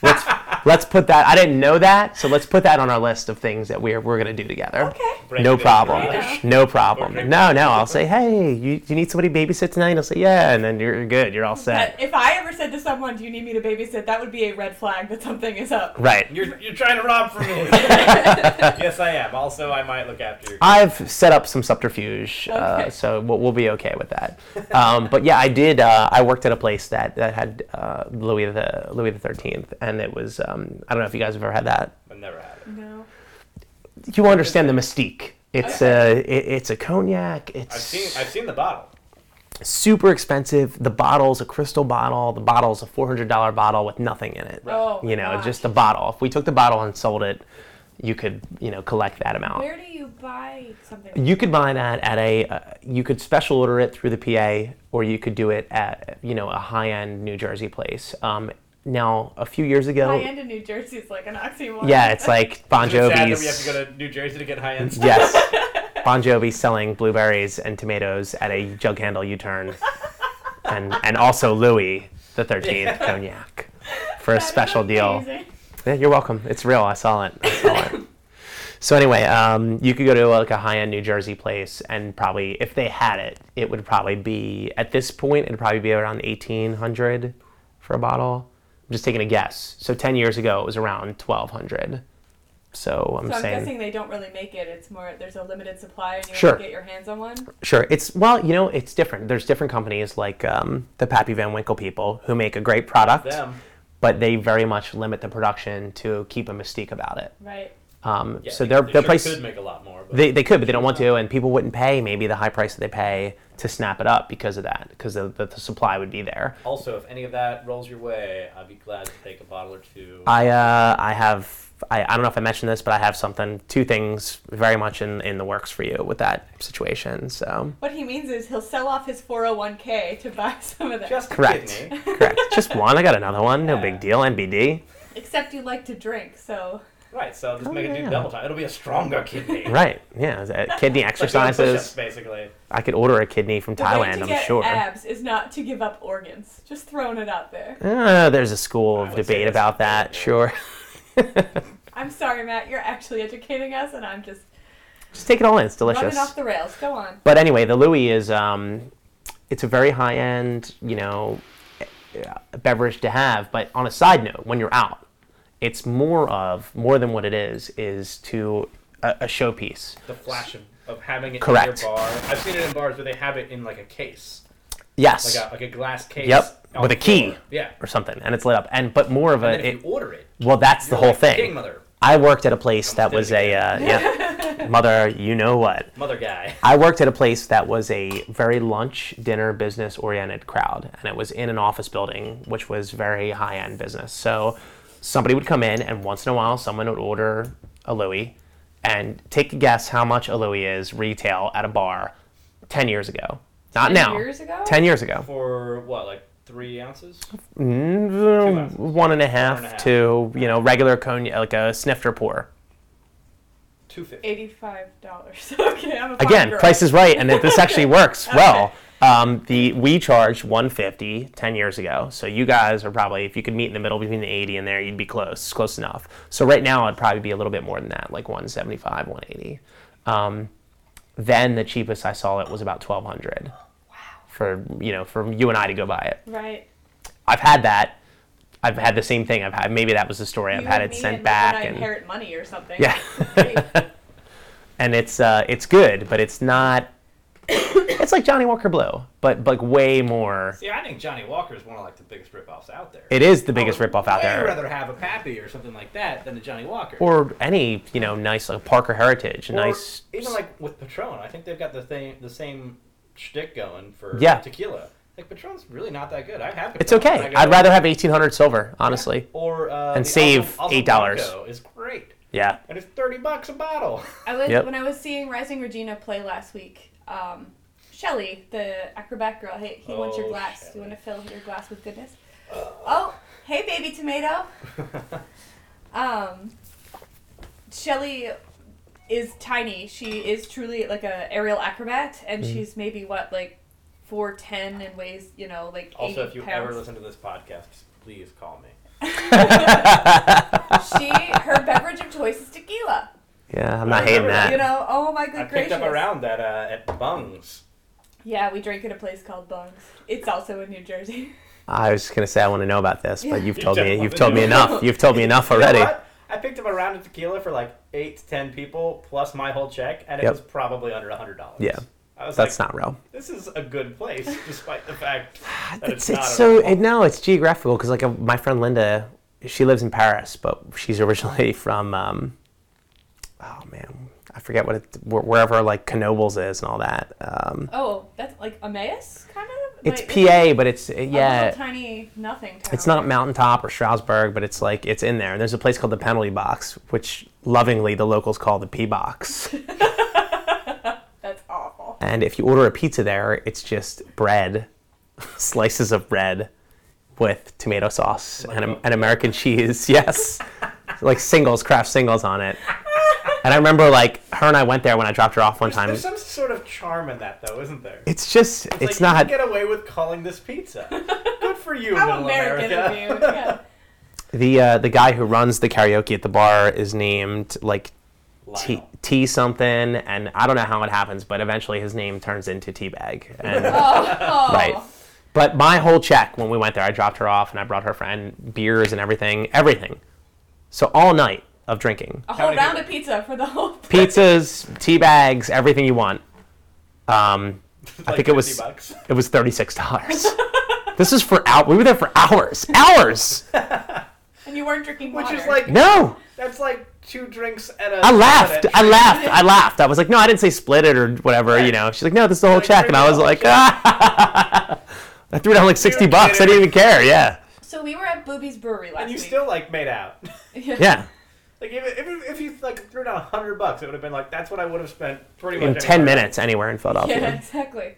Speaker 3: let's [laughs] let's put that. I didn't know that, so let's put that on our list of things that we're we're gonna do together.
Speaker 1: Okay.
Speaker 2: Break
Speaker 3: no
Speaker 2: it in
Speaker 3: problem.
Speaker 2: English.
Speaker 3: No problem.
Speaker 2: Okay.
Speaker 3: No, no. I'll say, hey, you, you need somebody to babysit tonight? I'll say, yeah, and then you're good. You're all set.
Speaker 1: But if I ever said to someone, "Do you need me to babysit?" that would be a red flag that something is up.
Speaker 3: Right.
Speaker 2: You're, you're trying to rob from
Speaker 1: [laughs]
Speaker 2: me.
Speaker 3: [laughs]
Speaker 2: yes, I am. Also, I might look after you.
Speaker 3: I've set up some subterfuge, uh,
Speaker 1: Okay.
Speaker 3: so we'll, we'll be okay with that. Um, but yeah, I did. Uh, I worked at a place that, that had uh, Louis the Louis the Thirteenth, and it was. Um, I don't know if you guys have ever had that.
Speaker 2: I've never had it.
Speaker 1: No.
Speaker 3: You understand the mystique. It's a it, it's a cognac. It's
Speaker 2: I've seen I've seen the bottle.
Speaker 3: super expensive. The bottle's a crystal bottle. The bottle's a four hundred dollar bottle with nothing in it.
Speaker 1: Oh. my
Speaker 3: you know,
Speaker 1: gosh.
Speaker 3: just the bottle. If we took the bottle and sold it, you could you know collect that amount.
Speaker 1: Where do you buy something?
Speaker 3: You could buy that at a, uh, you could special order it through the PA, or you could do it at, you know, a high end New Jersey place. Um, now, a few years ago,
Speaker 1: High end in New Jersey is like an oxymoron.
Speaker 3: yeah,
Speaker 1: [laughs]
Speaker 2: [laughs]
Speaker 3: it's like Bon
Speaker 2: Isn't it sad that we have
Speaker 3: Jovi's.
Speaker 2: to go to New Jersey to get high end.
Speaker 3: yes,
Speaker 2: [laughs]
Speaker 3: Bon Jovi selling blueberries and tomatoes at a jug handle
Speaker 1: [laughs]
Speaker 3: U turn, and and also Louis the Thirteenth cognac for a
Speaker 1: That is
Speaker 3: special deal.
Speaker 1: amazing.
Speaker 3: Yeah, you're welcome. It's real. I saw it.
Speaker 2: [coughs]
Speaker 3: I saw it. so anyway, um, you could go to like a high-end New Jersey place, and probably if they had it, it would probably be at this point it'd probably be around eighteen hundred for a bottle. I'm just taking a guess. So ten years ago, it was around twelve hundred. So I'm
Speaker 1: So I'm
Speaker 3: saying,
Speaker 1: guessing they don't really make it. It's more there's a limited supply, and you
Speaker 3: Sure.
Speaker 1: have to get your hands on one.
Speaker 3: sure, it's well, you know, it's different. There's different companies like um, the Pappy Van Winkle people who make a great product,
Speaker 2: Them.
Speaker 3: but they very much limit the production to keep a mystique about it.
Speaker 1: Right.
Speaker 3: Um,
Speaker 2: Yeah,
Speaker 3: so
Speaker 2: they-
Speaker 3: their
Speaker 2: they
Speaker 3: their
Speaker 2: sure
Speaker 3: price
Speaker 2: could make a lot more. But
Speaker 3: They, they could, but they don't want to, and people wouldn't pay maybe the high price that they pay to snap it up because of that, because the, the, the supply would be there.
Speaker 2: also, if any of that rolls your way, I'd be glad to take a bottle or two.
Speaker 3: I uh, I have I, I don't know if I mentioned this, but I have something, two things very much in, in the works for you with that situation. So
Speaker 1: What he means is he'll sell off his 401k to buy [laughs] some of that.
Speaker 2: Just a
Speaker 3: correct,
Speaker 2: kidney. [laughs]
Speaker 3: correct. Just one. I got another one. No big deal. NBD.
Speaker 1: Except you like to drink, so
Speaker 2: Right. So just
Speaker 3: Oh,
Speaker 2: make it
Speaker 3: yeah.
Speaker 2: do double time. It'll be a stronger kidney.
Speaker 3: Right. Yeah. is that Kidney
Speaker 2: It's like doing push-ups,
Speaker 3: exercises.
Speaker 2: basically.
Speaker 3: I could order a kidney from
Speaker 1: the way
Speaker 3: Thailand.
Speaker 1: to
Speaker 3: I'm
Speaker 1: get
Speaker 3: sure.
Speaker 2: uh,
Speaker 1: abs is not to give up organs. Just throwing it out there.
Speaker 3: Uh, there's a school
Speaker 2: I
Speaker 3: of
Speaker 2: would say
Speaker 3: debate
Speaker 2: that's
Speaker 3: about that. Sure. [laughs]
Speaker 1: I'm sorry, Matt. You're actually educating us, and I'm just
Speaker 3: Just take it all in. It's delicious.
Speaker 1: running off the rails. Go on.
Speaker 3: But anyway, the Louis is um, it's a very high end, you know, uh, beverage to have. But on a side note, when you're out, it's more of more than what it is is to a, a showpiece.
Speaker 2: The flash of, of having it
Speaker 3: Correct.
Speaker 2: in your bar. I've seen it in bars where they have it in like a case,
Speaker 3: Yes,
Speaker 2: like a like a glass case.
Speaker 3: Yep,
Speaker 2: on
Speaker 3: with
Speaker 2: the
Speaker 3: a key.
Speaker 2: floor. Yeah.
Speaker 3: or something, and it's lit up. And but more of
Speaker 2: And then
Speaker 3: a
Speaker 2: if
Speaker 3: it,
Speaker 2: you order it,
Speaker 3: well, that's the
Speaker 2: you're
Speaker 3: whole
Speaker 2: like,
Speaker 3: thing.
Speaker 2: King mother,
Speaker 3: I worked at a place that
Speaker 2: still
Speaker 3: was a
Speaker 1: [laughs]
Speaker 2: [laughs]
Speaker 3: uh, yeah, mother. You know what?
Speaker 2: mother guy. [laughs]
Speaker 3: I worked at a place that was a very lunch, dinner, business oriented crowd. And it was in an office building, which was very high end business. So somebody would come in, and once in a while, someone would order a Louis. And take a guess how much a Louis is retail at a bar 10 years ago. Not
Speaker 1: 10
Speaker 3: now.
Speaker 1: years ago?
Speaker 3: 10 years ago.
Speaker 2: For what, like three ounces?
Speaker 3: Mm,
Speaker 2: ounces.
Speaker 3: One and a half,
Speaker 2: One and a half.
Speaker 3: to, you know, regular cognac, like a snifter pour.
Speaker 2: Two fifty.
Speaker 1: Eighty-five dollars. [laughs] okay, I'm a farm
Speaker 3: again
Speaker 1: girl.
Speaker 3: price is right and that this
Speaker 1: [laughs]
Speaker 3: actually works well um, the we charged 150 10 years ago so you guys are probably if you could meet in the middle between the 80 and there you'd be close close enough so right now it'd probably be a little bit more than that like 175 180 um, then the cheapest i saw it was about 1200
Speaker 1: Oh,
Speaker 3: for you know for you and i to go buy it
Speaker 1: Right.
Speaker 3: i've had that i've had the same thing i've had maybe that was the story i've
Speaker 1: You
Speaker 3: had
Speaker 1: and
Speaker 3: it
Speaker 1: me
Speaker 3: sent
Speaker 1: and, like,
Speaker 3: back
Speaker 1: When I
Speaker 3: and
Speaker 1: inherit money or something. [laughs]
Speaker 3: Yeah.
Speaker 1: Great.
Speaker 3: and it's uh, it's good, but it's not. it's like Johnny Walker Blue, but but way more.
Speaker 2: See, I think Johnny Walker is one of like the biggest ripoffs out there.
Speaker 3: It is the biggest
Speaker 2: I would
Speaker 3: ripoff out
Speaker 2: way
Speaker 3: there,
Speaker 2: rather have a Pappy or something like that than a Johnny Walker.
Speaker 3: or any you know nice like Parker Heritage, a
Speaker 2: Or
Speaker 3: nice.
Speaker 2: Even like with Patron, I think they've got the thing, the same shtick going for
Speaker 3: Yeah.
Speaker 2: tequila. Like Patron's really not that good. I have.
Speaker 3: It's
Speaker 2: Patron, and
Speaker 3: okay.
Speaker 2: I go,
Speaker 3: I'd rather have eighteen hundred silver, honestly.
Speaker 2: Or uh,
Speaker 3: and
Speaker 2: the
Speaker 3: save
Speaker 2: Osso- Osso
Speaker 3: $8.
Speaker 2: Blanco Is great,
Speaker 3: Yeah.
Speaker 2: and it's thirty bucks a bottle. [laughs]
Speaker 1: I was
Speaker 3: Yep.
Speaker 1: when I was seeing Rising Regina play last week. Um, Shelly, the acrobat girl, hey, he wants your
Speaker 2: Oh,
Speaker 1: glass.
Speaker 2: Shelley.
Speaker 1: You want to fill your glass with goodness? oh, hey, baby tomato. Um, Shelly is tiny. She is truly like a aerial acrobat, and
Speaker 3: Mm-hmm.
Speaker 1: she's maybe what like four ten and weighs you know like
Speaker 2: also,
Speaker 1: eighty
Speaker 2: if you
Speaker 1: pounds.
Speaker 2: ever listen to this podcast, please call me.
Speaker 1: [laughs]
Speaker 2: [laughs]
Speaker 1: she her beverage of choice is tequila.
Speaker 3: [laughs] Yeah, I'm not
Speaker 1: [laughs]
Speaker 3: hating that.
Speaker 1: You know, oh my good
Speaker 2: I picked
Speaker 1: gracious.
Speaker 2: up a round at uh, at Bung's.
Speaker 1: Yeah, we drink at a place called Bungs. It's also in New Jersey. [laughs]
Speaker 3: I was just gonna say I want to know about this, but you've
Speaker 2: You
Speaker 3: told me
Speaker 2: don't
Speaker 3: you've
Speaker 2: wanna
Speaker 3: told me
Speaker 2: know.
Speaker 3: enough. You've told me
Speaker 2: [laughs]
Speaker 3: enough
Speaker 2: You know
Speaker 3: already.
Speaker 2: what? I picked up a round of tequila for like eight to ten people plus my whole check, and it
Speaker 3: Yep.
Speaker 2: was probably under a hundred dollars.
Speaker 3: Yeah.
Speaker 2: I was
Speaker 3: That's
Speaker 2: like,
Speaker 3: not real.
Speaker 2: this is a good place, [laughs] despite the
Speaker 3: [sighs]
Speaker 2: fact that it's,
Speaker 3: It's,
Speaker 2: not.
Speaker 3: it's
Speaker 2: a
Speaker 3: so
Speaker 2: real-
Speaker 3: it, no, it's geographical because like uh, my friend Linda, she lives in Paris, but she's originally [laughs] from um, oh man, I forget what it wh- wherever like Knobles is and all that. Um,
Speaker 1: Oh, that's like Emmaus, kind of.
Speaker 3: it's
Speaker 1: Like,
Speaker 3: PA, but it's uh,
Speaker 1: a
Speaker 3: yeah,
Speaker 1: little tiny nothing town.
Speaker 3: It's not mountaintop or Stroudsburg, but it's like it's in there. And there's a place called the Penalty Box, which lovingly the locals call the P Box. [laughs]
Speaker 1: That's awful.
Speaker 3: and if you order a pizza there, it's just bread, [laughs] slices of bread, with tomato sauce
Speaker 2: Oh
Speaker 3: and, am- and American cheese. [laughs] Yes, like singles, craft singles on it. And I remember like her and I went there when I dropped her off one
Speaker 2: There's-
Speaker 3: time.
Speaker 2: There's some sort of charm in that, though, isn't there?
Speaker 3: It's just
Speaker 2: like,
Speaker 3: it's
Speaker 2: you can
Speaker 3: not
Speaker 2: get away with calling this
Speaker 1: [laughs]
Speaker 2: pizza. Good for you,
Speaker 1: How
Speaker 2: Middle
Speaker 1: American of
Speaker 2: America.
Speaker 1: you.
Speaker 2: [laughs]
Speaker 1: Yeah.
Speaker 3: the uh, the guy who runs the karaoke at the bar is named like T,
Speaker 2: Lionel.
Speaker 3: T something, and I don't know how it happens, but eventually his name turns into Teabag.
Speaker 2: [laughs]
Speaker 3: And,
Speaker 1: Oh, oh.
Speaker 3: right. But my whole check when we went there, I dropped her off and I brought her friend beers and everything, everything. So all night of drinking,
Speaker 1: A whole
Speaker 2: many
Speaker 1: round
Speaker 2: people?
Speaker 1: of pizza for the whole. [laughs]
Speaker 3: pizzas, tea bags, everything you want. Um,
Speaker 2: Like
Speaker 3: I think it was
Speaker 2: 50 bucks.
Speaker 3: it was thirty
Speaker 1: [laughs]
Speaker 3: six dollars. this is for out. We were there for hours, hours.
Speaker 1: And you weren't drinking
Speaker 2: Which
Speaker 1: water.
Speaker 2: is like
Speaker 3: No,
Speaker 2: that's like two drinks at a.
Speaker 3: I
Speaker 2: at
Speaker 3: laughed.
Speaker 2: a-
Speaker 3: I laughed. I laughed. I was like, no, I didn't say split it or whatever, you know. She's like, no, this is the whole
Speaker 2: Like,
Speaker 3: check. And I was like, ah. [laughs] I threw down like 60 bucks. I didn't even care. Yeah.
Speaker 1: So we were at Booby's Brewery last
Speaker 2: And you
Speaker 1: week.
Speaker 2: still like made out.
Speaker 1: [laughs]
Speaker 2: [laughs]
Speaker 1: Yeah.
Speaker 3: Yeah.
Speaker 2: Like if, if, if you like threw down a hundred bucks, it would have been like that's what I would have spent pretty much
Speaker 3: In 10
Speaker 2: anywhere.
Speaker 3: minutes anywhere in Philadelphia.
Speaker 1: Yeah, exactly.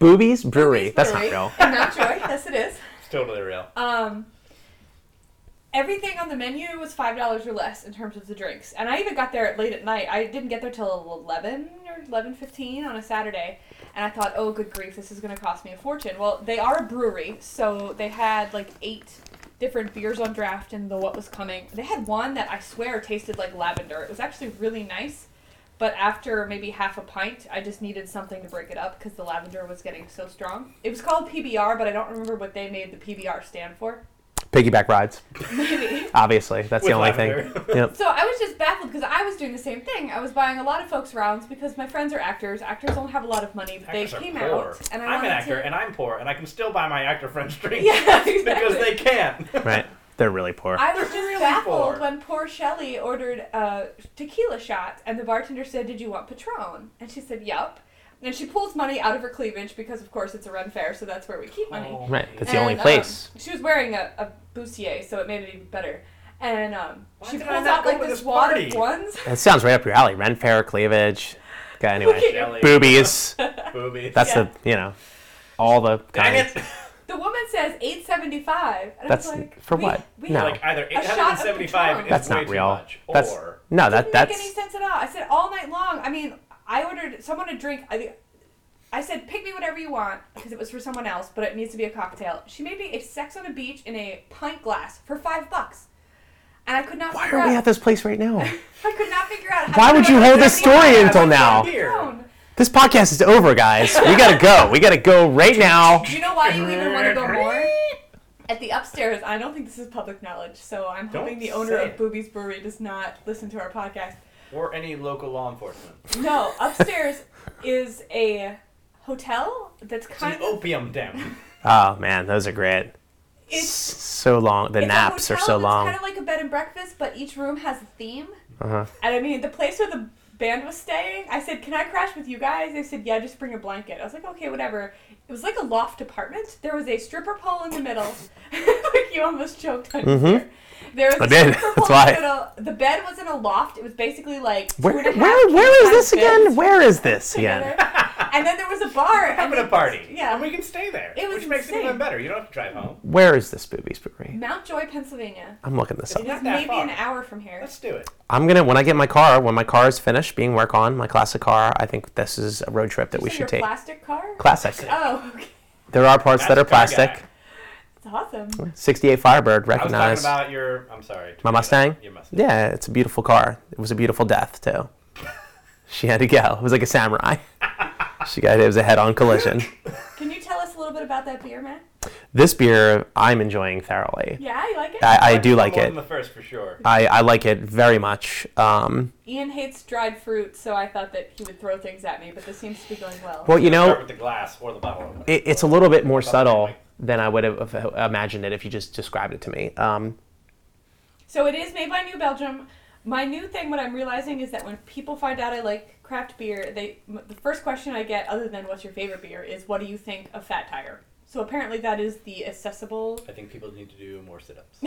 Speaker 3: Boobies Brewery. That's not
Speaker 1: Brewery.
Speaker 3: real.
Speaker 1: And [laughs] not joy. Yes, it is.
Speaker 2: It's totally real.
Speaker 1: Um, everything on the menu was five dollars or less in terms of the drinks, and I even got there late at night. I didn't get there till eleven or eleven fifteen on a Saturday, and I thought, oh, good grief, this is going to cost me a fortune. Well, they are a brewery, so they had like eight different beers on draft and the what was coming. They had one that I swear tasted like lavender. It was actually really nice. But after maybe half a pint, I just needed something to break it up because the lavender was getting so strong. It was called PBR, but I don't remember what they made the PBR stand for.
Speaker 3: Piggyback rides. Obviously. That's
Speaker 2: With
Speaker 3: the only
Speaker 2: lavender.
Speaker 3: thing. Yep.
Speaker 1: [laughs]
Speaker 3: [laughs]
Speaker 1: So I was just baffled because I was doing the same thing. I was buying a lot of folks rounds because my friends are actors. Actors don't have a lot of money, but
Speaker 2: [laughs] Actors
Speaker 1: they
Speaker 2: are
Speaker 1: came
Speaker 2: poor.
Speaker 1: out, and I
Speaker 2: I'm
Speaker 1: wanted
Speaker 2: an actor
Speaker 1: to.
Speaker 2: and [laughs] I'm poor and I can still buy my actor friends
Speaker 1: [laughs]
Speaker 2: drinks
Speaker 1: yeah,
Speaker 2: [laughs] because
Speaker 1: exactly.
Speaker 2: they can.
Speaker 3: Right. They're really poor.
Speaker 2: [laughs]
Speaker 1: I was just
Speaker 2: Really
Speaker 1: baffled
Speaker 2: poor.
Speaker 1: when poor Shelly ordered a tequila shot, and the bartender said, "Did you want Patron?" And she said, "Yup." And she pulls money out of her cleavage because, of course, it's a run fair, so that's where we keep [laughs] money.
Speaker 2: Oh.
Speaker 3: Right. That's
Speaker 1: And,
Speaker 3: the only
Speaker 1: um,
Speaker 3: place.
Speaker 1: she was wearing a, a bustier, so it made it even better. And um,
Speaker 2: Why
Speaker 1: she
Speaker 2: did I
Speaker 1: pulls
Speaker 2: not
Speaker 1: out
Speaker 2: go
Speaker 1: like
Speaker 2: to
Speaker 1: this
Speaker 2: this
Speaker 1: wad
Speaker 2: party?
Speaker 1: of ones.
Speaker 3: That sounds right up your alley. Ren Fair, cleavage.
Speaker 1: [laughs]
Speaker 3: Okay, anyway.
Speaker 2: Jelly,
Speaker 3: Boobies.
Speaker 2: boobies.
Speaker 3: That's
Speaker 1: Yeah.
Speaker 3: the, you know, all the
Speaker 2: Dang
Speaker 3: kinds.
Speaker 2: it.
Speaker 1: The woman says eight seventy five, and
Speaker 3: That's-
Speaker 1: I was like,
Speaker 3: for
Speaker 1: we-
Speaker 3: what?
Speaker 1: We
Speaker 3: No.
Speaker 2: Like either
Speaker 1: shot of
Speaker 2: 875
Speaker 1: Patron.
Speaker 2: is
Speaker 3: That's
Speaker 2: way
Speaker 3: not
Speaker 2: too
Speaker 3: real.
Speaker 2: much,
Speaker 3: That's
Speaker 2: or
Speaker 3: no.
Speaker 1: didn't
Speaker 3: That
Speaker 1: make any
Speaker 3: that's
Speaker 1: sense at all. I said all night long. I mean, I ordered someone a drink. I, I said pick me whatever you want because it was for someone else, but it needs to be a cocktail. She made me a sex on a beach in a pint glass for five bucks, and I could not.
Speaker 3: Why
Speaker 1: figure
Speaker 3: are we
Speaker 1: out,
Speaker 3: at this place
Speaker 1: [laughs]
Speaker 3: right now?
Speaker 1: I could not figure out.
Speaker 3: Why
Speaker 1: how
Speaker 3: would
Speaker 1: to
Speaker 3: you
Speaker 1: order
Speaker 3: hold this
Speaker 1: something
Speaker 3: story
Speaker 1: on
Speaker 3: until
Speaker 1: my
Speaker 3: now?
Speaker 1: phone.
Speaker 3: This podcast is over, guys. We gotta go. We gotta go right now.
Speaker 1: Do you know why you even want to go more? At the upstairs, I don't think this is public knowledge, so I'm
Speaker 2: Don't
Speaker 1: hoping the owner
Speaker 2: say
Speaker 1: of
Speaker 2: it.
Speaker 1: Booby's Brewery does not listen to our podcast.
Speaker 2: Or any local law enforcement.
Speaker 1: No,
Speaker 2: [laughs]
Speaker 1: upstairs is a hotel that's
Speaker 2: It's an
Speaker 1: kind of [laughs]
Speaker 2: opium den.
Speaker 3: Oh man, those are great. S-
Speaker 1: it's,
Speaker 3: So long. The
Speaker 1: it's a
Speaker 3: naps are
Speaker 1: hotel
Speaker 3: so
Speaker 1: that's
Speaker 3: long.
Speaker 1: Kind of like a bed and breakfast, but each room has a theme.
Speaker 3: Uh-huh.
Speaker 1: And I mean, the place where the band was staying, I said, "Can I crash with you guys?" They said, "Yeah, just bring a blanket." I was like, "Okay, whatever." It was like a loft apartment. There was a stripper pole in the middle. [laughs] like you almost choked on your
Speaker 3: Mhm.
Speaker 1: beer. There was
Speaker 3: I
Speaker 1: a
Speaker 3: did.
Speaker 1: stripper
Speaker 3: [laughs] That's
Speaker 1: pole in
Speaker 3: why.
Speaker 1: the middle. The bed was in a loft. It was basically like two
Speaker 3: Where,
Speaker 1: and a half
Speaker 3: where, where
Speaker 1: king-size
Speaker 3: is this again?
Speaker 1: beds
Speaker 3: Where is this again? [laughs]
Speaker 1: together. and then there was a bar. and
Speaker 2: Having a
Speaker 1: then-
Speaker 2: party.
Speaker 1: Yeah.
Speaker 2: And we can stay there.
Speaker 1: It was
Speaker 2: which makes it
Speaker 1: insane.
Speaker 2: even better. You don't have to drive home.
Speaker 3: Where is this boobies brewery?
Speaker 1: Mount Joy, Pennsylvania.
Speaker 3: I'm looking this up.
Speaker 2: Not
Speaker 1: It's
Speaker 2: that
Speaker 1: maybe
Speaker 2: far.
Speaker 1: an hour from here.
Speaker 2: Let's do it.
Speaker 3: I'm gonna when I get my car, when my car is finished being work on, my classic car, I think this is a road trip that
Speaker 1: You
Speaker 3: we
Speaker 1: said
Speaker 3: should
Speaker 1: your
Speaker 3: take.
Speaker 1: Plastic car.
Speaker 3: Classic.
Speaker 1: Oh, [laughs] okay.
Speaker 3: There are parts that are
Speaker 2: Classic car guy.
Speaker 3: plastic.
Speaker 1: It's awesome.
Speaker 3: 68 Firebird,
Speaker 2: I was talking
Speaker 3: recognized.
Speaker 2: about your. I'm sorry.
Speaker 3: My Mustang?
Speaker 2: Your Mustang.
Speaker 3: Yeah, it's a beautiful car. It was a beautiful death too. [laughs] She had to go. It was like a samurai. [laughs] She got it was a head-on collision.
Speaker 1: Can you tell us a little bit about that beer, man?
Speaker 3: This beer I'm enjoying thoroughly.
Speaker 1: Yeah, you like it?
Speaker 3: I, I do
Speaker 2: More
Speaker 3: like
Speaker 2: than
Speaker 3: it.
Speaker 2: the first for sure.
Speaker 3: I, I like it very much. Um,
Speaker 1: Ian hates dried fruit, so I thought that he would throw things at me, but this seems to be going well.
Speaker 3: well, you
Speaker 2: Start
Speaker 3: know,
Speaker 2: with the glass or the bottle.
Speaker 3: it, it's a little bit more subtle than I would have imagined it if you just described it to me. Um,
Speaker 1: So it is made by New Belgium. My new thing, what I'm realizing is that when people find out I like craft beer, they m- the first question I get, other than what's your favorite beer, is what do you think of Fat Tire? So apparently that is the accessible.
Speaker 2: I think people need to do more sit-ups.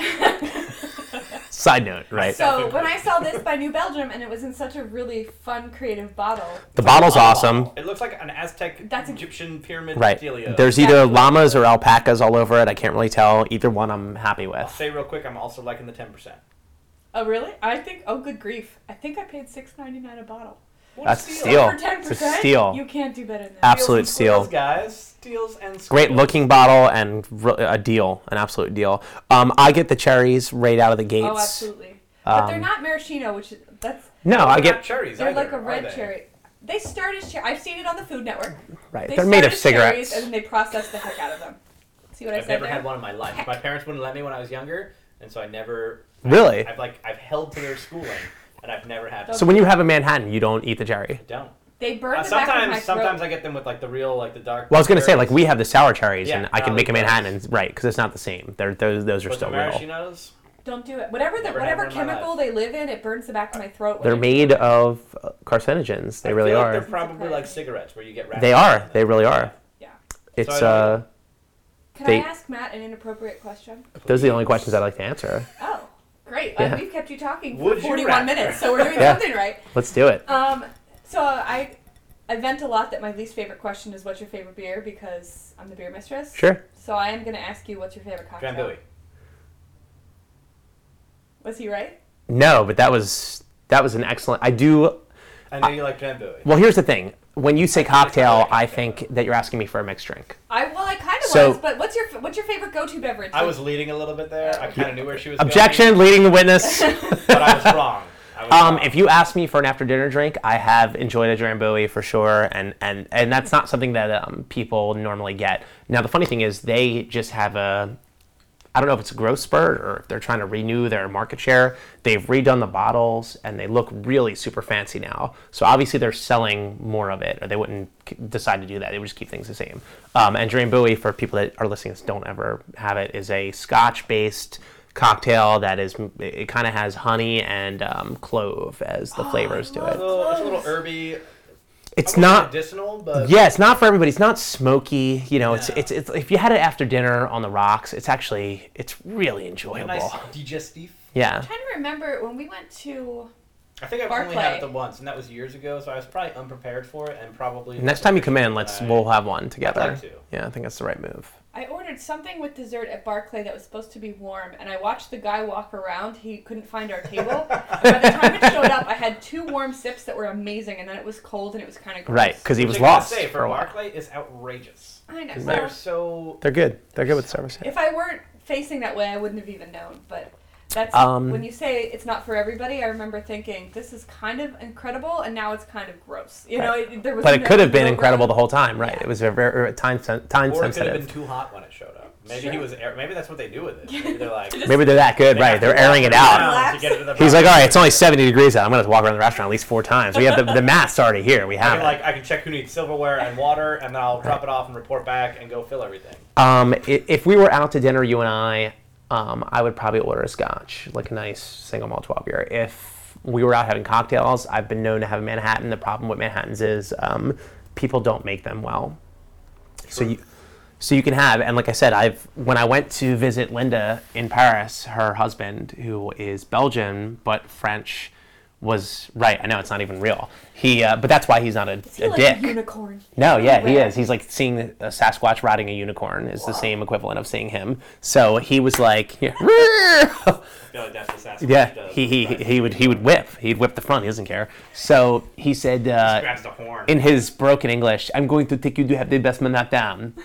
Speaker 3: side note, [laughs] right?
Speaker 1: So when I saw this by New Belgium and it was in such a really fun, creative bottle,
Speaker 3: The bottle's awesome.
Speaker 2: It looks like an Aztec
Speaker 1: That's a-
Speaker 2: Egyptian pyramid
Speaker 3: Right.
Speaker 2: dealio.
Speaker 3: There's either
Speaker 1: Exactly.
Speaker 3: llamas or alpacas all over it. I can't really tell. Either one I'm happy
Speaker 2: I'll
Speaker 3: with.
Speaker 2: say real quick, I'm also liking the 10%.
Speaker 1: oh really? I think oh good grief, I think I paid six ninety nine a bottle.
Speaker 2: What
Speaker 3: That's
Speaker 2: a
Speaker 3: a
Speaker 2: steal.
Speaker 3: steal.
Speaker 1: For ten
Speaker 3: It's a
Speaker 1: percent,
Speaker 3: steal.
Speaker 1: you can't do better than that.
Speaker 3: Absolute
Speaker 2: and
Speaker 3: steal.
Speaker 2: squeals, guys. Steals and squeals.
Speaker 3: Great looking bottle and r- a deal, an absolute deal. Um, I get the cherries right out of the gates.
Speaker 1: Oh, absolutely. But they're
Speaker 3: um,
Speaker 1: not maraschino, which is, that's
Speaker 3: No, I
Speaker 2: They're not
Speaker 3: get
Speaker 2: cherries.
Speaker 1: they're
Speaker 2: either,
Speaker 1: like a
Speaker 2: are
Speaker 1: red
Speaker 2: they?
Speaker 1: cherry. They start as cherry. I've seen it on the Food Network.
Speaker 3: right.
Speaker 1: They
Speaker 3: They are made
Speaker 1: start
Speaker 3: of
Speaker 1: as cherries
Speaker 3: cigarettes.
Speaker 1: and then they process the heck out of them. See what I
Speaker 2: I've
Speaker 1: said
Speaker 2: never
Speaker 1: there?
Speaker 2: had one in my life. My parents wouldn't let me when I was younger, and so I never.
Speaker 3: Really?
Speaker 2: I've like I've held to their schooling, and I've never had.
Speaker 3: So when you have a Manhattan, you don't eat the cherry.
Speaker 2: I don't.
Speaker 1: They burn
Speaker 2: Uh,
Speaker 1: the back of my
Speaker 2: sometimes, sometimes
Speaker 1: throat.
Speaker 2: I get them with like the real, like the dark.
Speaker 3: Well, I was gonna say
Speaker 2: cherries.
Speaker 3: like we have the sour cherries,
Speaker 2: Yeah,
Speaker 3: and I can
Speaker 2: I'll
Speaker 3: make a
Speaker 2: eat those.
Speaker 3: Manhattan, and- right? Because it's not the same. They're, those those are
Speaker 2: But the
Speaker 3: still real.
Speaker 2: maraschinos,
Speaker 1: Don't do it. Whatever the,
Speaker 2: Never had
Speaker 1: whatever
Speaker 2: one in my
Speaker 1: chemical
Speaker 2: life. Uh,
Speaker 1: they live in, it burns the back of my throat. when
Speaker 3: They're
Speaker 1: I-
Speaker 3: made of uh, carcinogens. They
Speaker 2: I
Speaker 3: really
Speaker 2: feel Like
Speaker 3: are.
Speaker 2: they're probably like cigarettes where you get. wrapped
Speaker 3: They
Speaker 2: around
Speaker 3: are. They
Speaker 2: them.
Speaker 3: really are.
Speaker 1: Yeah.
Speaker 3: It's
Speaker 2: So I
Speaker 3: uh,
Speaker 2: don't-
Speaker 1: Can
Speaker 3: They-
Speaker 1: I ask Matt an inappropriate question?
Speaker 3: those are the only questions I like to answer.
Speaker 1: Oh, great.
Speaker 3: Yeah.
Speaker 1: Uh, we've kept you talking for
Speaker 2: Would you
Speaker 1: 41
Speaker 2: rather?
Speaker 1: minutes, so we're doing
Speaker 3: Yeah.
Speaker 1: something right.
Speaker 3: Let's do it.
Speaker 1: Um, so I, I vent a lot that my least favorite question is what's your favorite beer because I'm the beer mistress.
Speaker 3: Sure.
Speaker 1: So I am going to ask you what's your favorite cocktail.
Speaker 2: Drambuie.
Speaker 1: Was he right?
Speaker 3: No, but that was that was an excellent. I do.
Speaker 2: I know you like Drambuie.
Speaker 3: Well, here's the thing. When you say cocktail,
Speaker 2: cocktail.
Speaker 3: I think that you're asking me for a mixed drink.
Speaker 1: I well, I kind of
Speaker 3: So-
Speaker 1: was, but what's your what's your favorite go-to beverage?
Speaker 2: I was leading a little bit there. I kind of knew where she was. going,
Speaker 3: Objection, leading the witness.
Speaker 2: [laughs] but I was wrong. I was
Speaker 3: [laughs] Um,
Speaker 2: wrong.
Speaker 3: if you ask me for an after dinner drink, I have enjoyed a Drambuie for sure, and, and, and that's not something that um, people normally get. Now, the funny thing is, they just have a, I don't know if it's a growth spurt or if they're trying to renew their market share. They've redone the bottles and they look really super fancy now. So obviously they're selling more of it, or they wouldn't k- decide to do that. They would just keep things the same. Um, and Drambuie, for people that are listening that don't ever have it, is a Scotch-based cocktail that is it kind of has honey and um, clove as the flavors to
Speaker 2: It's a
Speaker 3: it.
Speaker 2: little, it's a little herby.
Speaker 3: It's
Speaker 2: I wouldn't say
Speaker 3: not
Speaker 2: medicinal, but
Speaker 3: yeah, it's not for everybody. It's not smoky. You know, it's,
Speaker 2: No.
Speaker 3: it's it's if you had it after dinner on the rocks, it's actually it's really
Speaker 2: a
Speaker 3: enjoyable.
Speaker 2: nice digestif.
Speaker 3: Yeah.
Speaker 1: I'm trying to remember when we went to.
Speaker 2: I think I've only
Speaker 1: Barclay.
Speaker 2: had it the once, and that was years ago, so I was probably unprepared for it, and probably
Speaker 3: Next time you come in, let's
Speaker 2: I-
Speaker 3: we'll have one together.
Speaker 2: I'd like to.
Speaker 3: Yeah, I think that's the right move.
Speaker 1: I ordered something with dessert at Barclay that was supposed to be warm, and I watched the guy walk around. He couldn't find our
Speaker 2: [laughs]
Speaker 1: table. By the time it showed up, I had two warm sips that were amazing, and then it was cold and it was kind of gross.
Speaker 3: Right, because he
Speaker 2: Which
Speaker 3: was
Speaker 2: I gotta
Speaker 3: lost
Speaker 2: Say,
Speaker 3: for a while.
Speaker 2: Barclay is outrageous.
Speaker 1: I know.
Speaker 2: They're
Speaker 1: Well,
Speaker 2: so
Speaker 3: They're good. They're good with service.
Speaker 1: if I weren't facing that way, I wouldn't have even known. But that's
Speaker 3: Um,
Speaker 1: when you say it's not for everybody. I remember thinking this is kind of incredible, and now it's kind of gross. You know, it, there was.
Speaker 3: But it
Speaker 1: no
Speaker 3: could have been
Speaker 1: middle
Speaker 3: incredible the
Speaker 1: ground.
Speaker 3: whole time, right?
Speaker 1: Yeah.
Speaker 3: It was a very time sen- time
Speaker 2: or it could have been
Speaker 3: sensitive.
Speaker 2: too hot when it showed up. Maybe
Speaker 1: Sure.
Speaker 2: he was. Air, maybe that's what they do with [laughs] it. Maybe they're like.
Speaker 3: Maybe they're that good, right? They're airing it out.
Speaker 2: Down to get it to the
Speaker 3: He's like,
Speaker 2: bottom.
Speaker 3: all right, it's only 70 degrees out. I'm gonna have to walk around the restaurant at least four times. We have the, the math's already here. We
Speaker 2: I
Speaker 3: have
Speaker 2: can,
Speaker 3: it.
Speaker 2: like I can check who needs silverware and water, and then I'll drop it off and report back and go fill everything.
Speaker 3: Um, i- if we were out to dinner, you and I, um, I would probably order a scotch, like a nice single malt 12 year. If we were out having cocktails, I've been known to have a Manhattan. The problem with Manhattans is um, people don't make them well. So you, so you can have, and like I said, I've when I went to visit Linda in Paris, her husband, who is Belgian but French, was right. I know it's not even real. He, uh, but that's why he's not a,
Speaker 1: Is he
Speaker 3: a
Speaker 1: like
Speaker 3: dick.
Speaker 1: a unicorn?
Speaker 3: No, yeah, he
Speaker 1: Rare.
Speaker 3: is. He's like seeing a Sasquatch riding a unicorn is the same equivalent of seeing him. So he was like, [laughs]
Speaker 2: I feel like that's what Sasquatch
Speaker 3: yeah,
Speaker 2: does.
Speaker 3: he, he
Speaker 2: Right?
Speaker 3: he would he would whip. He'd whip the front. He doesn't care. So he said uh,
Speaker 2: grabs the horn.
Speaker 3: in his broken English, "I'm going to take you to have the best man down."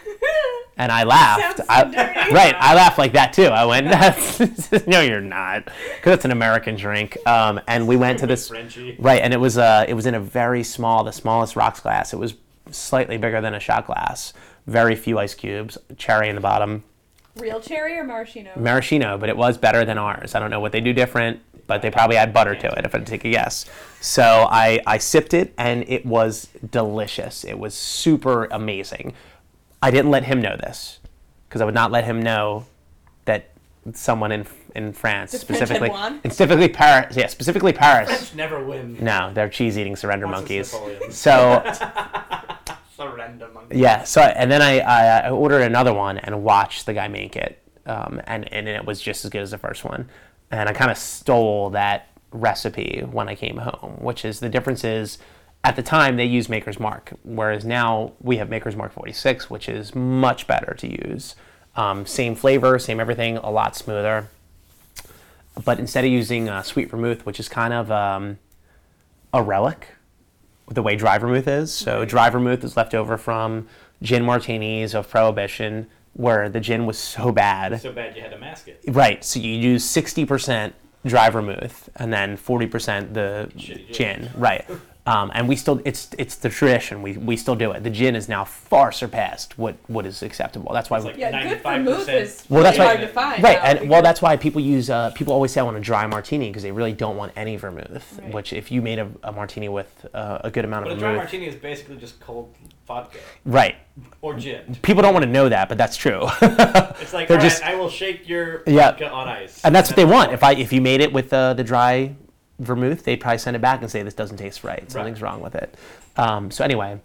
Speaker 3: And I laughed.
Speaker 1: Sounds so
Speaker 3: I-
Speaker 1: dirty.
Speaker 3: right, I laughed like that too. I went, [laughs] That's, "No, you're not," because it's an American drink. Um, and we went to this
Speaker 2: Frenchie.
Speaker 3: right, and it was uh, it was in a very small, the smallest rocks glass. It was slightly bigger than a shot glass. Very few ice cubes, cherry in the bottom,
Speaker 1: [laughs] Real cherry or maraschino?
Speaker 3: maraschino, but it was better than ours. I don't know what they do different, but they probably add butter to it if I take a guess. So I, I sipped it and it was delicious. It was super amazing. I didn't let him know this because I would not let him know that someone in in France
Speaker 1: That French had
Speaker 3: specifically
Speaker 1: won?
Speaker 3: and specifically Paris, yeah, specifically Paris.
Speaker 2: French never win.
Speaker 3: No, they're cheese eating surrender
Speaker 2: Once it's
Speaker 3: monkeys.
Speaker 2: Napoleon.
Speaker 3: So
Speaker 2: [laughs] Surrender monkey.
Speaker 3: yeah. So and then I, I I ordered another one and watched the guy make it, um, and and it was just as good as the first one, and I kind of stole that recipe when I came home, which is the difference is. At the time, they used Maker's Mark, whereas now we have Maker's Mark 46, which is much better to use. Um, same flavor, same everything, a lot smoother. But instead of using uh, sweet vermouth, which is kind of um, a relic the way dry vermouth is. So dry vermouth is left over from gin martinis of prohibition, where the gin was so bad.
Speaker 2: So bad you had to mask it.
Speaker 3: right. So you use sixty percent dry vermouth and then forty percent the
Speaker 2: Shitty gin.
Speaker 3: gin. Right. Um, and we still, it's it's the tradition. We, we still do it. The gin is now far surpassed what, what is acceptable. That's why
Speaker 2: It's
Speaker 3: we-
Speaker 2: like
Speaker 1: Yeah, good for
Speaker 2: 95%
Speaker 1: moose is
Speaker 3: Well, that's
Speaker 1: really
Speaker 3: why-
Speaker 1: hard to find.
Speaker 3: Right,
Speaker 1: now
Speaker 3: and well,
Speaker 1: because-
Speaker 3: that's why people use uh, people always say I want a dry martini because they really don't want any vermouth.
Speaker 1: Right.
Speaker 3: Which, if you made a, a martini with uh, a good amount
Speaker 2: But a
Speaker 3: of
Speaker 2: dry
Speaker 3: vermouth,
Speaker 2: martini is basically just cold vodka
Speaker 3: right?
Speaker 2: or
Speaker 3: [laughs]
Speaker 2: gin.
Speaker 3: People don't want to know that, but that's true. [laughs]
Speaker 2: It's like,
Speaker 3: They're
Speaker 2: all right,
Speaker 3: just-
Speaker 2: I will shake your
Speaker 3: Yeah.
Speaker 2: vodka on ice. [laughs]
Speaker 3: and that's what they want. If I if you made it with uh, the dry vermouth, they'd probably send it back and say this doesn't taste right. Something's wrong with it. Um, so anyway,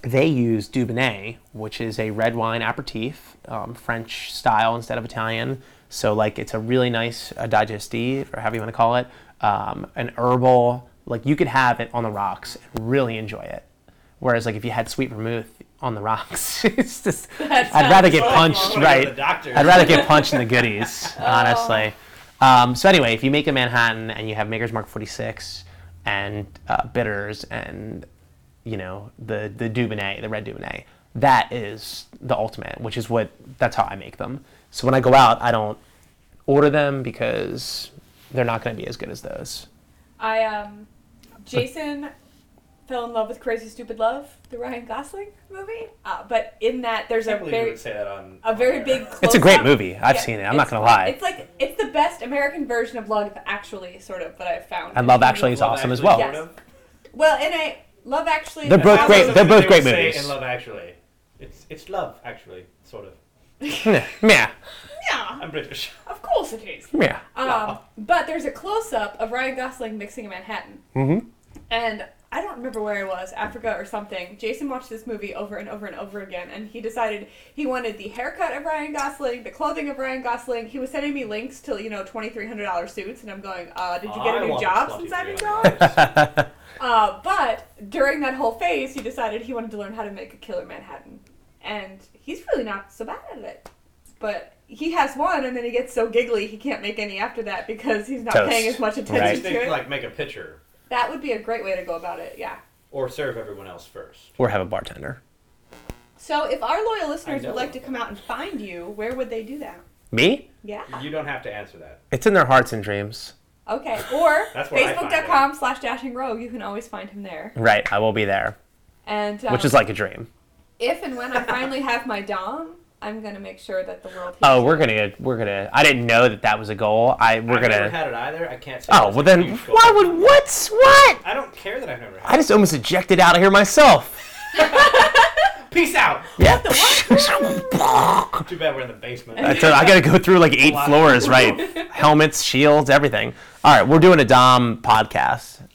Speaker 3: they use Dubonnet, which is a red wine aperitif, um, French style instead of Italian. So like it's a really nice uh, digestive or however you want to call it, um, an herbal. Like you could have it on the rocks and really enjoy it. Whereas like if you had sweet vermouth on the rocks, [laughs] it's just
Speaker 1: That
Speaker 3: I'd
Speaker 1: sounds
Speaker 3: rather
Speaker 2: Oh,
Speaker 3: get
Speaker 1: so
Speaker 3: punched
Speaker 1: wrong.
Speaker 2: Right.
Speaker 3: right.
Speaker 2: The doctor.
Speaker 3: I'd rather get punched in
Speaker 1: [laughs]
Speaker 3: the goodies,
Speaker 1: Oh.
Speaker 3: honestly. Um, so anyway, if you make a Manhattan and you have Maker's Mark 46 and uh, bitters and you know the the Dubonnet, the red Dubonnet, that is the ultimate, which is what that's how I make them. So when I go out, I don't order them because they're not going to be as good as those.
Speaker 1: I um, Jason fell in love with Crazy Stupid Love, the Ryan Gosling movie. Uh, but in that, there's
Speaker 2: I
Speaker 1: a
Speaker 2: can't believe you
Speaker 1: very
Speaker 2: would say that on
Speaker 1: a very
Speaker 2: on
Speaker 1: big.
Speaker 2: air.
Speaker 3: It's a great
Speaker 1: close-up.
Speaker 3: movie. I've
Speaker 1: Yeah,
Speaker 3: seen it. I'm not
Speaker 1: it's-
Speaker 3: going to lie.
Speaker 1: It's like it's the best American version of Love Actually, sort of that I've found.
Speaker 3: And Love Actually is
Speaker 2: Love
Speaker 3: awesome as
Speaker 2: Actually,
Speaker 3: well.
Speaker 1: Yes.
Speaker 2: sort of.
Speaker 1: Well, and I Love Actually.
Speaker 3: They're
Speaker 1: I
Speaker 3: both
Speaker 1: found
Speaker 3: great-
Speaker 1: those-
Speaker 3: they're both
Speaker 2: They would
Speaker 3: great
Speaker 2: say
Speaker 3: movies.
Speaker 2: In Love Actually, it's it's Love Actually, sort of.
Speaker 3: [laughs] yeah,
Speaker 1: Yeah,
Speaker 2: I'm British.
Speaker 1: of course it is.
Speaker 3: yeah.
Speaker 1: Um, but there's a close up of Ryan Gosling mixing a Manhattan.
Speaker 3: Mhm.
Speaker 1: And I don't remember where I was, Africa or something. Jason watched this movie over and over and over again, and he decided he wanted the haircut of Ryan Gosling, the clothing of Ryan Gosling. He was sending me links to, you know, $2,300 suits, and I'm going, uh, did you get
Speaker 2: I
Speaker 1: a new
Speaker 2: want
Speaker 1: job
Speaker 2: Fluffy
Speaker 1: since I've been
Speaker 2: Green.
Speaker 3: [laughs]
Speaker 1: gone? Uh, but during that whole phase, he decided he wanted to learn how to make a killer Manhattan. And he's really not so bad at it. But he has one, and then he gets so giggly he can't make any after that because he's not
Speaker 3: Toast.
Speaker 1: paying as much attention
Speaker 3: Right.
Speaker 2: Just
Speaker 1: to
Speaker 2: think,
Speaker 1: it.
Speaker 2: like make a picture
Speaker 1: that would be a great way to go about it, yeah.
Speaker 2: or serve everyone else first.
Speaker 3: Or have a bartender.
Speaker 1: So if our loyal listeners
Speaker 2: I know.
Speaker 1: would like to come out and find you, where would they do that?
Speaker 3: Me?
Speaker 1: Yeah.
Speaker 2: You don't have to answer that.
Speaker 3: It's in their hearts and dreams.
Speaker 1: Okay. Or
Speaker 2: [laughs] That's where I find him.
Speaker 1: facebook.com slash dashing rogue. You can always find him there.
Speaker 3: Right, I will be there,
Speaker 1: And um,
Speaker 3: which is like a dream.
Speaker 1: if and when I finally have my dom, I'm gonna make sure that the world. hears
Speaker 3: Oh,
Speaker 1: it.
Speaker 3: we're gonna, we're gonna. I didn't know that that was a goal. I we're
Speaker 2: I've never
Speaker 3: gonna.
Speaker 2: had it either. I can't say.
Speaker 3: Oh
Speaker 2: it's
Speaker 3: well,
Speaker 2: a
Speaker 3: then
Speaker 2: huge goal.
Speaker 3: why would what what?
Speaker 2: I don't care that I've never
Speaker 3: I [laughs]
Speaker 2: had.
Speaker 3: just almost ejected out of
Speaker 2: [laughs]
Speaker 3: here myself.
Speaker 2: it. Peace out.
Speaker 3: Yeah.
Speaker 2: Too bad we're in the basement.
Speaker 3: [laughs]
Speaker 1: [laughs]
Speaker 3: I tell you, I gotta go through like eight
Speaker 2: Wow.
Speaker 3: floors, right?
Speaker 2: [laughs]
Speaker 3: Helmets, shields, everything. All right, we're doing a Dom podcast,
Speaker 1: Do
Speaker 2: Did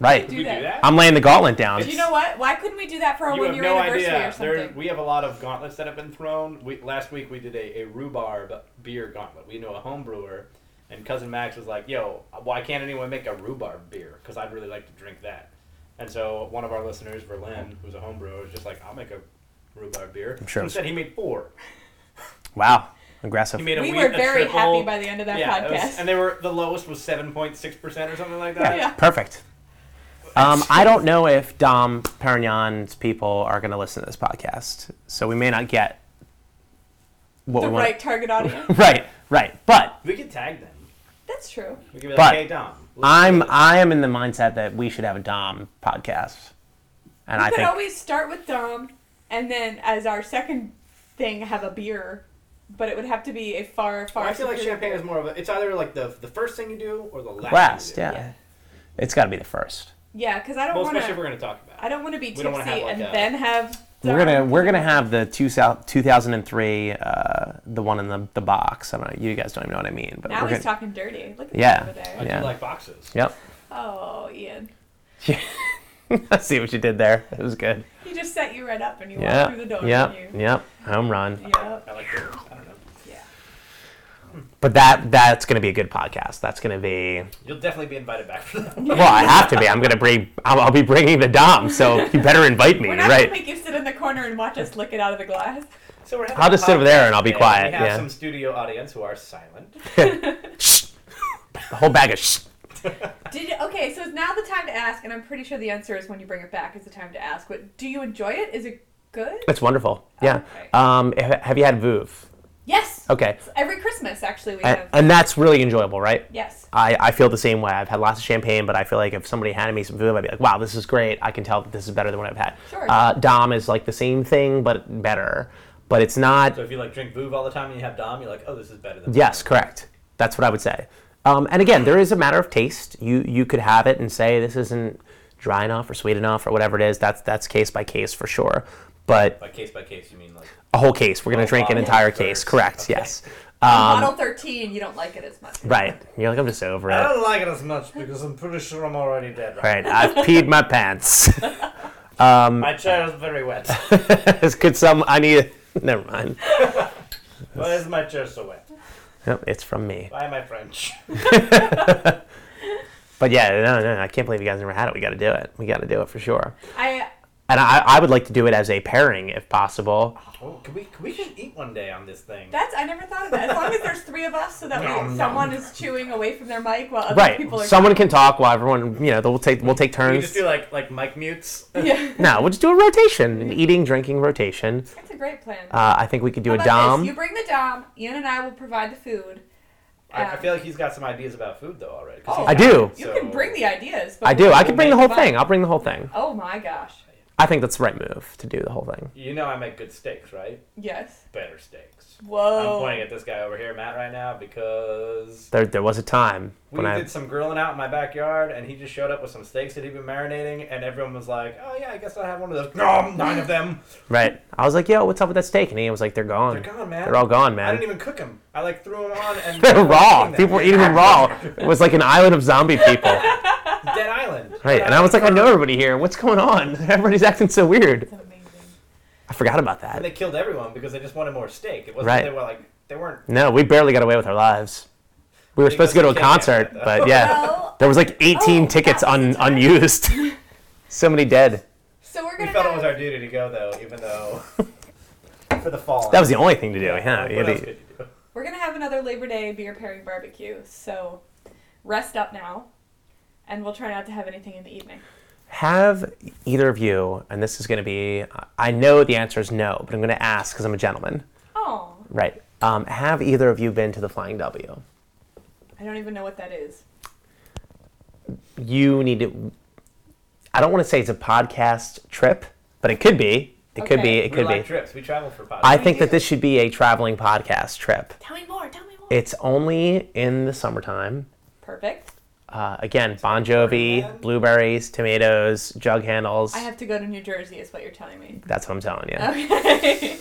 Speaker 3: right?
Speaker 2: we do
Speaker 1: that.
Speaker 2: that?
Speaker 3: I'm laying the gauntlet down.
Speaker 1: You know what? Why couldn't we do that for a
Speaker 2: you
Speaker 1: one
Speaker 2: have
Speaker 1: year
Speaker 2: no
Speaker 1: anniversary
Speaker 2: idea.
Speaker 1: or
Speaker 2: There,
Speaker 1: something?
Speaker 2: we have a lot of gauntlets that have been thrown. We, last week we did a, a rhubarb beer gauntlet. We know a home brewer, and cousin Max was like, "Yo, why can't anyone make a rhubarb beer? Because I'd really like to drink that." And so one of our listeners, Verlin, who's a home brewer, was just like, "I'll make a rhubarb beer."
Speaker 3: I'm sure it was-
Speaker 2: Instead, he made four.
Speaker 3: Wow,
Speaker 2: He
Speaker 3: aggressive.
Speaker 2: made a
Speaker 1: We
Speaker 2: wheat,
Speaker 1: were
Speaker 2: a
Speaker 1: very
Speaker 2: triple.
Speaker 1: happy by the end of that
Speaker 2: yeah, it was-
Speaker 1: podcast.
Speaker 2: and they were the lowest was seven point six percent or something like that.
Speaker 1: Yeah.
Speaker 3: Perfect. Um, I don't know if Dom Perignon's people are going to listen to this podcast, so we may not get what
Speaker 1: the
Speaker 3: we want.
Speaker 1: right target audience.
Speaker 3: [laughs] right, right. But
Speaker 2: We could tag them.
Speaker 1: That's true.
Speaker 2: We could be like,
Speaker 3: But
Speaker 2: hey, Dom. look at
Speaker 3: I'm
Speaker 2: this."
Speaker 3: I am in the mindset that we should have a Dom podcast, and
Speaker 1: we
Speaker 3: I
Speaker 1: could
Speaker 3: think
Speaker 1: always start with Dom, and then as our second thing, have a beer, but it would have to be a far, far.
Speaker 2: Well, I feel like
Speaker 1: superior
Speaker 2: champagne
Speaker 1: beer.
Speaker 2: is more of a. It's either like the the first thing you do or the last.
Speaker 3: last,
Speaker 2: thing you
Speaker 3: yeah.
Speaker 2: do.
Speaker 1: Yeah.
Speaker 3: it's got to be the first.
Speaker 1: Yeah, because I don't
Speaker 2: Well,
Speaker 1: want
Speaker 2: especially if we're
Speaker 1: to.
Speaker 2: gonna talk about.
Speaker 1: I don't want to be
Speaker 2: we
Speaker 1: tipsy
Speaker 2: don't wanna have, like,
Speaker 1: and
Speaker 2: a-
Speaker 1: then have.
Speaker 3: We're gonna
Speaker 1: Dom.
Speaker 3: we're gonna have the two sou- 2003 uh, the one in the, the box. I don't know. You guys don't even know what I mean, but
Speaker 1: Now
Speaker 3: we're
Speaker 1: he's
Speaker 3: gonna,
Speaker 1: talking dirty. Look at
Speaker 3: Yeah.
Speaker 1: yeah. over
Speaker 2: it.
Speaker 1: there.
Speaker 2: I
Speaker 3: Yeah.
Speaker 2: do like boxes.
Speaker 3: Yep. [laughs]
Speaker 1: Oh, Ian.
Speaker 3: I see what you did there. It was good.
Speaker 1: He just set you right up and you
Speaker 3: Yeah.
Speaker 1: walked through the door.
Speaker 3: Yep.
Speaker 1: didn't you?
Speaker 3: Yep. Home run.
Speaker 1: Yep.
Speaker 2: I like those. I don't know.
Speaker 1: Yeah.
Speaker 3: But that that's gonna be a good podcast. That's gonna be.
Speaker 2: You'll definitely be invited back for that.
Speaker 1: [laughs]
Speaker 3: Well, I have to be. I'm gonna bring. I'll, I'll be bringing the Dom. So you better invite me,
Speaker 1: We're not
Speaker 3: right?
Speaker 1: gonna make you sit in the corner and watch us lick it out of the glass.
Speaker 2: So we're having
Speaker 3: I'll
Speaker 2: a
Speaker 3: just sit over
Speaker 2: podcast
Speaker 3: there and I'll be
Speaker 2: today.
Speaker 3: quiet,
Speaker 2: We have
Speaker 3: yeah.
Speaker 2: some studio audience who are silent.
Speaker 3: [laughs] Shh. A whole bag of shh.
Speaker 1: Did you, okay, so it's now the time to ask, and I'm pretty sure the answer is when you bring it back is the time to ask. But do you enjoy it? Is it good?
Speaker 3: It's wonderful. Yeah.
Speaker 1: Okay.
Speaker 3: Um, ha- have you had Vuv?
Speaker 1: Yes.
Speaker 3: Okay.
Speaker 1: It's Every Christmas, actually, we
Speaker 3: And,
Speaker 1: have.
Speaker 3: and that's really enjoyable, right?
Speaker 1: yes.
Speaker 3: I, I feel the same way. I've had lots of champagne, but I feel like if somebody handed me some Vuv, I'd be like, wow, this is great. I can tell that this is better than what I've had.
Speaker 1: Sure.
Speaker 3: Uh, Dom is like the same thing, but better. But it's not.
Speaker 2: So if you like drink boob all the time and you have Dom, you're like, oh, this is better than.
Speaker 3: Yes, correct. That's what I would say. Um, and again, there is a matter of taste. You you could have it and say this isn't dry enough or sweet enough or whatever it is. That's that's case by case for sure. But
Speaker 2: By case by case, you mean like.
Speaker 3: a whole case. We're going
Speaker 2: Oh,
Speaker 3: to drink an
Speaker 2: bottle
Speaker 3: entire
Speaker 2: first.
Speaker 3: case. Correct. Yes.
Speaker 1: On
Speaker 3: Um,
Speaker 1: Bottle 13, you don't like it as much.
Speaker 3: right. You're like I'm just over it.
Speaker 2: don't like it as much because I'm pretty sure I'm already dead.
Speaker 3: Right. I've peed my pants. [laughs] Um,
Speaker 2: My chair is very wet.
Speaker 3: Could some? I need. Never mind.
Speaker 2: Why is my chair so wet?
Speaker 3: Nope, it's from me.
Speaker 2: Why am I French?
Speaker 3: But yeah, no, no, no, I can't believe you guys never had it. We got to do it. We got to do it for sure.
Speaker 1: I.
Speaker 3: And I, I would like to do it as a pairing if possible.
Speaker 2: Oh, can we can we should eat one day on this thing?
Speaker 1: That's I never thought of that. As long as there's three of us, so that
Speaker 2: Nom,
Speaker 1: way
Speaker 2: nom.
Speaker 1: someone is chewing away from their mic while other
Speaker 3: Right.
Speaker 1: people are.
Speaker 3: Someone can talk while everyone, you know, we'll take we'll take
Speaker 2: Can we
Speaker 3: turns.
Speaker 2: just do like like mic mutes?
Speaker 1: yeah, [laughs]
Speaker 3: No, we'll just do a rotation, an eating, drinking rotation.
Speaker 1: that's a great plan.
Speaker 3: Uh, I think we could do
Speaker 1: How
Speaker 3: a
Speaker 1: about
Speaker 3: dom.
Speaker 1: This? You bring the dom. Ian and I will provide the food.
Speaker 2: I, I
Speaker 1: Um,
Speaker 2: feel like he's got some ideas about food though already. 'cause
Speaker 1: Oh.
Speaker 2: he's
Speaker 3: I
Speaker 2: got-
Speaker 3: do.
Speaker 1: You
Speaker 2: so-
Speaker 1: can bring the ideas. But
Speaker 3: I do.
Speaker 1: we'll-
Speaker 3: I could bring the whole
Speaker 1: we'll make
Speaker 3: thing. I'll bring the whole thing.
Speaker 1: Oh my gosh.
Speaker 3: I think that's the right move to do the whole thing.
Speaker 2: You know I make good steaks, right?
Speaker 1: Yes.
Speaker 2: Better steaks. I'm
Speaker 1: Whoa.
Speaker 2: pointing at this guy over here, Matt, right now because
Speaker 3: There, there was a time
Speaker 2: we
Speaker 3: when I
Speaker 2: did some grilling out in my backyard, and he just showed up with some steaks that he'd been marinating, and everyone was like, "Oh yeah, I guess I'll have one of those." Nom, nine of
Speaker 3: [laughs]
Speaker 2: them.
Speaker 3: right. I was like, "Yo, what's up with that steak?" And he was like, "They're gone.
Speaker 2: They're gone, man.
Speaker 3: They're all gone,
Speaker 2: I didn't
Speaker 3: man.
Speaker 2: even cook them. I like threw them on, and
Speaker 3: [laughs] They're raw.
Speaker 2: eating them.
Speaker 3: People were eating them raw. It was like an island of zombie people,
Speaker 2: Dead Island.
Speaker 3: right?" And I was like, "I know everybody here. What's going on? [laughs] Everybody's acting so weird."
Speaker 1: That's amazing.
Speaker 3: I forgot about
Speaker 2: And
Speaker 3: that.
Speaker 2: they killed everyone because they just wanted more steak. It wasn't
Speaker 3: Right.
Speaker 2: they were like they weren't.
Speaker 3: No, we barely got away with our lives. We were
Speaker 2: They
Speaker 3: supposed to go to a
Speaker 2: must have
Speaker 3: concert,
Speaker 2: kidnapped that, though.
Speaker 3: but
Speaker 1: [laughs]
Speaker 3: yeah,
Speaker 1: Well,
Speaker 3: there was like 18
Speaker 1: Oh,
Speaker 3: tickets
Speaker 1: that was
Speaker 3: un-
Speaker 1: the time.
Speaker 3: unused. [laughs] so many dead.
Speaker 1: so we're
Speaker 2: We
Speaker 1: gonna.
Speaker 2: felt it
Speaker 1: have-
Speaker 2: was our duty to go though, even though [laughs] for the fall.
Speaker 3: That was the only thing to do. Yeah,
Speaker 2: What
Speaker 3: you had
Speaker 2: else
Speaker 3: to-
Speaker 2: could you do?
Speaker 1: We're gonna have another Labor Day beer pairing barbecue, so rest up now, and we'll try not to have anything in the evening.
Speaker 3: Have either of you, and this is going to be, I know the answer is no, but I'm going to ask because I'm a gentleman.
Speaker 1: Oh,
Speaker 3: Right. Um, have either of you been to the Flying W?
Speaker 1: I don't even know what that is.
Speaker 3: You need to, I don't want to say it's a podcast trip, but it could be. It could
Speaker 1: Okay.
Speaker 3: be. It
Speaker 2: We
Speaker 3: could
Speaker 2: like
Speaker 3: be.
Speaker 2: trips. We travel for podcasts.
Speaker 3: I
Speaker 1: We
Speaker 3: think
Speaker 1: do.
Speaker 3: that this should be a traveling podcast trip.
Speaker 1: Tell me more. Tell me more.
Speaker 3: It's only in the summertime.
Speaker 1: Perfect.
Speaker 3: Uh, again, Bon Jovi, blueberries, tomatoes, jug handles.
Speaker 1: I have to go to New Jersey, is what you're telling me.
Speaker 3: That's what I'm telling you.
Speaker 2: Oh.
Speaker 1: [laughs]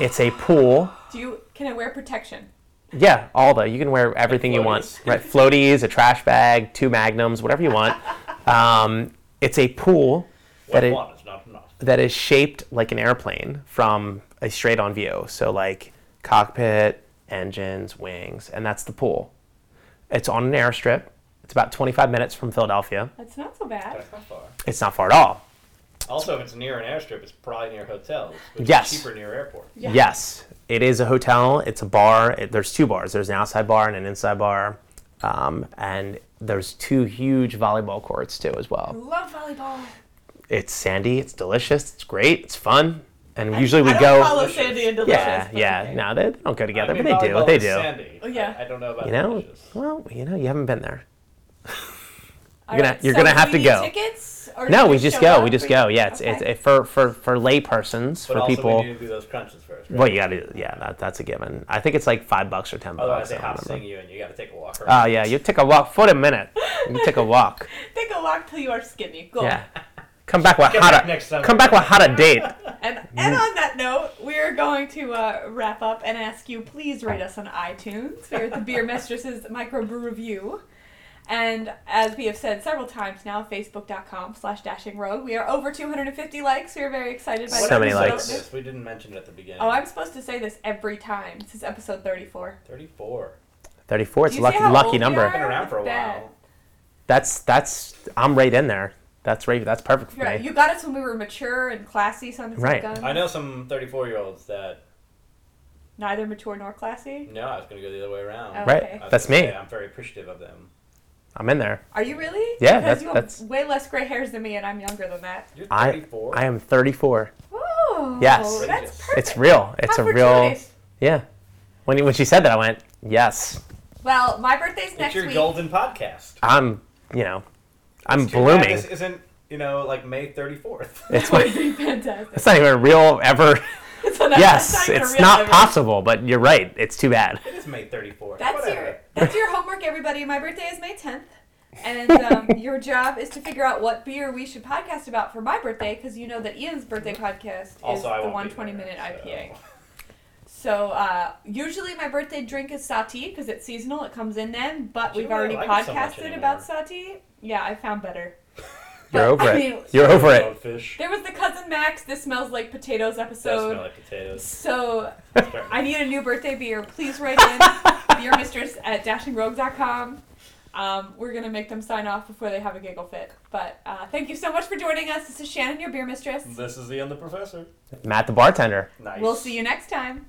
Speaker 1: Okay.
Speaker 3: It's a pool.
Speaker 1: Do you? Can I wear protection?
Speaker 3: Yeah, all the you can wear everything you want.
Speaker 2: floaties.
Speaker 3: Right, floaties, a trash bag, two magnums, whatever
Speaker 2: [laughs]
Speaker 3: you want. Um, it's a pool that
Speaker 2: What
Speaker 3: it,
Speaker 2: one is not enough.
Speaker 3: that is shaped like an airplane from a straight-on view. So like cockpit, engines, wings, and that's the pool. It's on an airstrip. It's about 25 minutes from Philadelphia.
Speaker 1: That's not so bad.
Speaker 2: That's not far.
Speaker 3: It's not far at all.
Speaker 2: Also, if it's near an airstrip, it's probably near hotels. Which
Speaker 3: Yes.
Speaker 2: Is cheaper near airports.
Speaker 1: Yeah.
Speaker 3: Yes, it is a hotel. It's a bar. It, there's two bars. There's an outside bar and an inside bar, um, and there's two huge volleyball courts too as well.
Speaker 1: Love volleyball.
Speaker 3: It's sandy. It's delicious. It's great. It's fun. and usually we
Speaker 1: I don't
Speaker 3: go.
Speaker 1: Follow Sandy and Delicious.
Speaker 3: yeah,
Speaker 1: but
Speaker 3: yeah.
Speaker 1: okay.
Speaker 3: No, they, they don't go together,
Speaker 2: I mean,
Speaker 3: but they do.
Speaker 2: volleyball
Speaker 3: They
Speaker 2: is
Speaker 3: do.
Speaker 2: Sandy.
Speaker 4: Oh, yeah.
Speaker 2: I, I don't know about
Speaker 3: You know,
Speaker 2: delicious.
Speaker 3: well, you know, you haven't been there.
Speaker 4: All
Speaker 3: gonna- you're gonna
Speaker 4: do
Speaker 3: have
Speaker 4: we
Speaker 3: to
Speaker 4: need
Speaker 3: go.
Speaker 4: Tickets? Or
Speaker 3: No,
Speaker 4: do
Speaker 3: we just
Speaker 4: show
Speaker 3: go.
Speaker 4: up?
Speaker 3: We just go. Yeah, it's
Speaker 4: okay.
Speaker 3: it's it, for for for lay persons,
Speaker 2: But
Speaker 3: for
Speaker 2: also
Speaker 3: people.
Speaker 2: we need to do those crunches first. Right?
Speaker 3: Well, you gotta, yeah, that, that's a given. I think it's like five bucks or ten
Speaker 2: Otherwise,
Speaker 3: bucks.
Speaker 2: they
Speaker 3: I don't
Speaker 2: hop sing
Speaker 3: remember.
Speaker 2: you, and you got to take a walk.
Speaker 3: Oh
Speaker 2: around.
Speaker 3: yeah, you take a walk for a minute. You take a walk.
Speaker 1: Take a walk till you are skinny. Go.
Speaker 3: Yeah. Come back with
Speaker 2: Come
Speaker 3: how
Speaker 2: back
Speaker 3: to
Speaker 2: next summer.
Speaker 3: come back with how to date.
Speaker 1: And, and on that note, we are going to uh, wrap up and ask you please rate us on iTunes here at the Beer Mistresses Microbrew Review. And as we have said several times now, facebook.com slash dashing road. We are over 250 likes. We are very excited by
Speaker 2: What
Speaker 3: So many
Speaker 2: episode is
Speaker 3: likes.
Speaker 2: this? We didn't mention it at the beginning.
Speaker 1: Oh, I'm supposed to say this every time. This is episode 34.
Speaker 2: 34.
Speaker 3: Thirty-four. It's
Speaker 1: Do
Speaker 3: a
Speaker 1: you see
Speaker 3: lucky
Speaker 1: how old
Speaker 3: lucky
Speaker 1: we
Speaker 3: number.
Speaker 1: are?
Speaker 2: Been around for a
Speaker 1: Bad.
Speaker 2: while.
Speaker 3: That's that's I'm right in there. That's right. That's perfect for
Speaker 1: You're right.
Speaker 3: me.
Speaker 1: You got us when we were mature and classy, sons of
Speaker 3: Right.
Speaker 1: guns.
Speaker 2: I know some 34 year olds that.
Speaker 1: Neither mature nor classy.
Speaker 2: No, I was going to go the other way around.
Speaker 1: Oh.
Speaker 3: Right.
Speaker 1: okay.
Speaker 2: I was
Speaker 3: That's
Speaker 2: gonna
Speaker 3: me.
Speaker 2: say I'm very appreciative of them.
Speaker 3: I'm in there.
Speaker 1: Are you really?
Speaker 3: Yeah,
Speaker 1: Because
Speaker 3: that's-
Speaker 1: you have
Speaker 3: that's-
Speaker 1: way less gray hairs than me, and I'm younger than that.
Speaker 2: You're
Speaker 3: I-
Speaker 2: 34.
Speaker 3: I am 34.
Speaker 1: Whoa.
Speaker 3: Yes.
Speaker 1: That's perfect.
Speaker 3: It's real. It's a real.
Speaker 1: Opportunities.
Speaker 3: Yeah. When you- when she said that, I went yes.
Speaker 1: Well, my birthday's
Speaker 2: it's
Speaker 1: next
Speaker 2: your
Speaker 1: week. [laughs]
Speaker 2: golden podcast.
Speaker 3: I'm you know I'm
Speaker 2: It's too bad
Speaker 3: blooming.
Speaker 2: This isn't, you know, like May
Speaker 3: [laughs]
Speaker 2: 34th.
Speaker 3: It's
Speaker 1: Would
Speaker 3: my,
Speaker 1: be fantastic. [laughs]
Speaker 3: it's not even real ever.
Speaker 1: It's not-
Speaker 3: yes,
Speaker 1: even a
Speaker 3: it's
Speaker 1: real
Speaker 3: not
Speaker 1: number.
Speaker 3: possible, but you're right. It's too bad.
Speaker 2: it is May 34th.
Speaker 1: That's
Speaker 2: Whatever.
Speaker 1: your that's your homework, everybody. My birthday is May 10th, and
Speaker 3: [laughs]
Speaker 1: um, your job is to figure out what beer we should podcast about for my birthday, because you know that Ian's birthday podcast is
Speaker 2: Also, I
Speaker 1: the
Speaker 2: won't
Speaker 1: 120
Speaker 2: be there,
Speaker 1: minute
Speaker 2: so.
Speaker 1: IPA. So uh, usually my birthday drink is sati because it's seasonal. It comes in then, but
Speaker 2: You
Speaker 1: we've
Speaker 2: don't
Speaker 1: already
Speaker 2: really like it so much
Speaker 1: podcasted about
Speaker 2: anymore.
Speaker 1: sati. Yeah, I found better.
Speaker 3: You're
Speaker 1: But,
Speaker 3: over
Speaker 1: I
Speaker 3: it.
Speaker 1: mean,
Speaker 3: you're over it.
Speaker 2: Goldfish.
Speaker 1: There was the cousin Max. This smells like potatoes
Speaker 2: Does smell
Speaker 1: episode. [laughs]
Speaker 2: like potatoes.
Speaker 1: So I
Speaker 2: I
Speaker 1: need a new birthday beer. Please write in beermistress at dashingrogue.com. Um, we're going to make them sign off before they have a giggle fit. But uh, thank you so much for joining us. This is Shannon, your beer mistress.
Speaker 2: This is the end of the professor.
Speaker 3: Matt the bartender.
Speaker 2: Nice.
Speaker 1: We'll see you next time.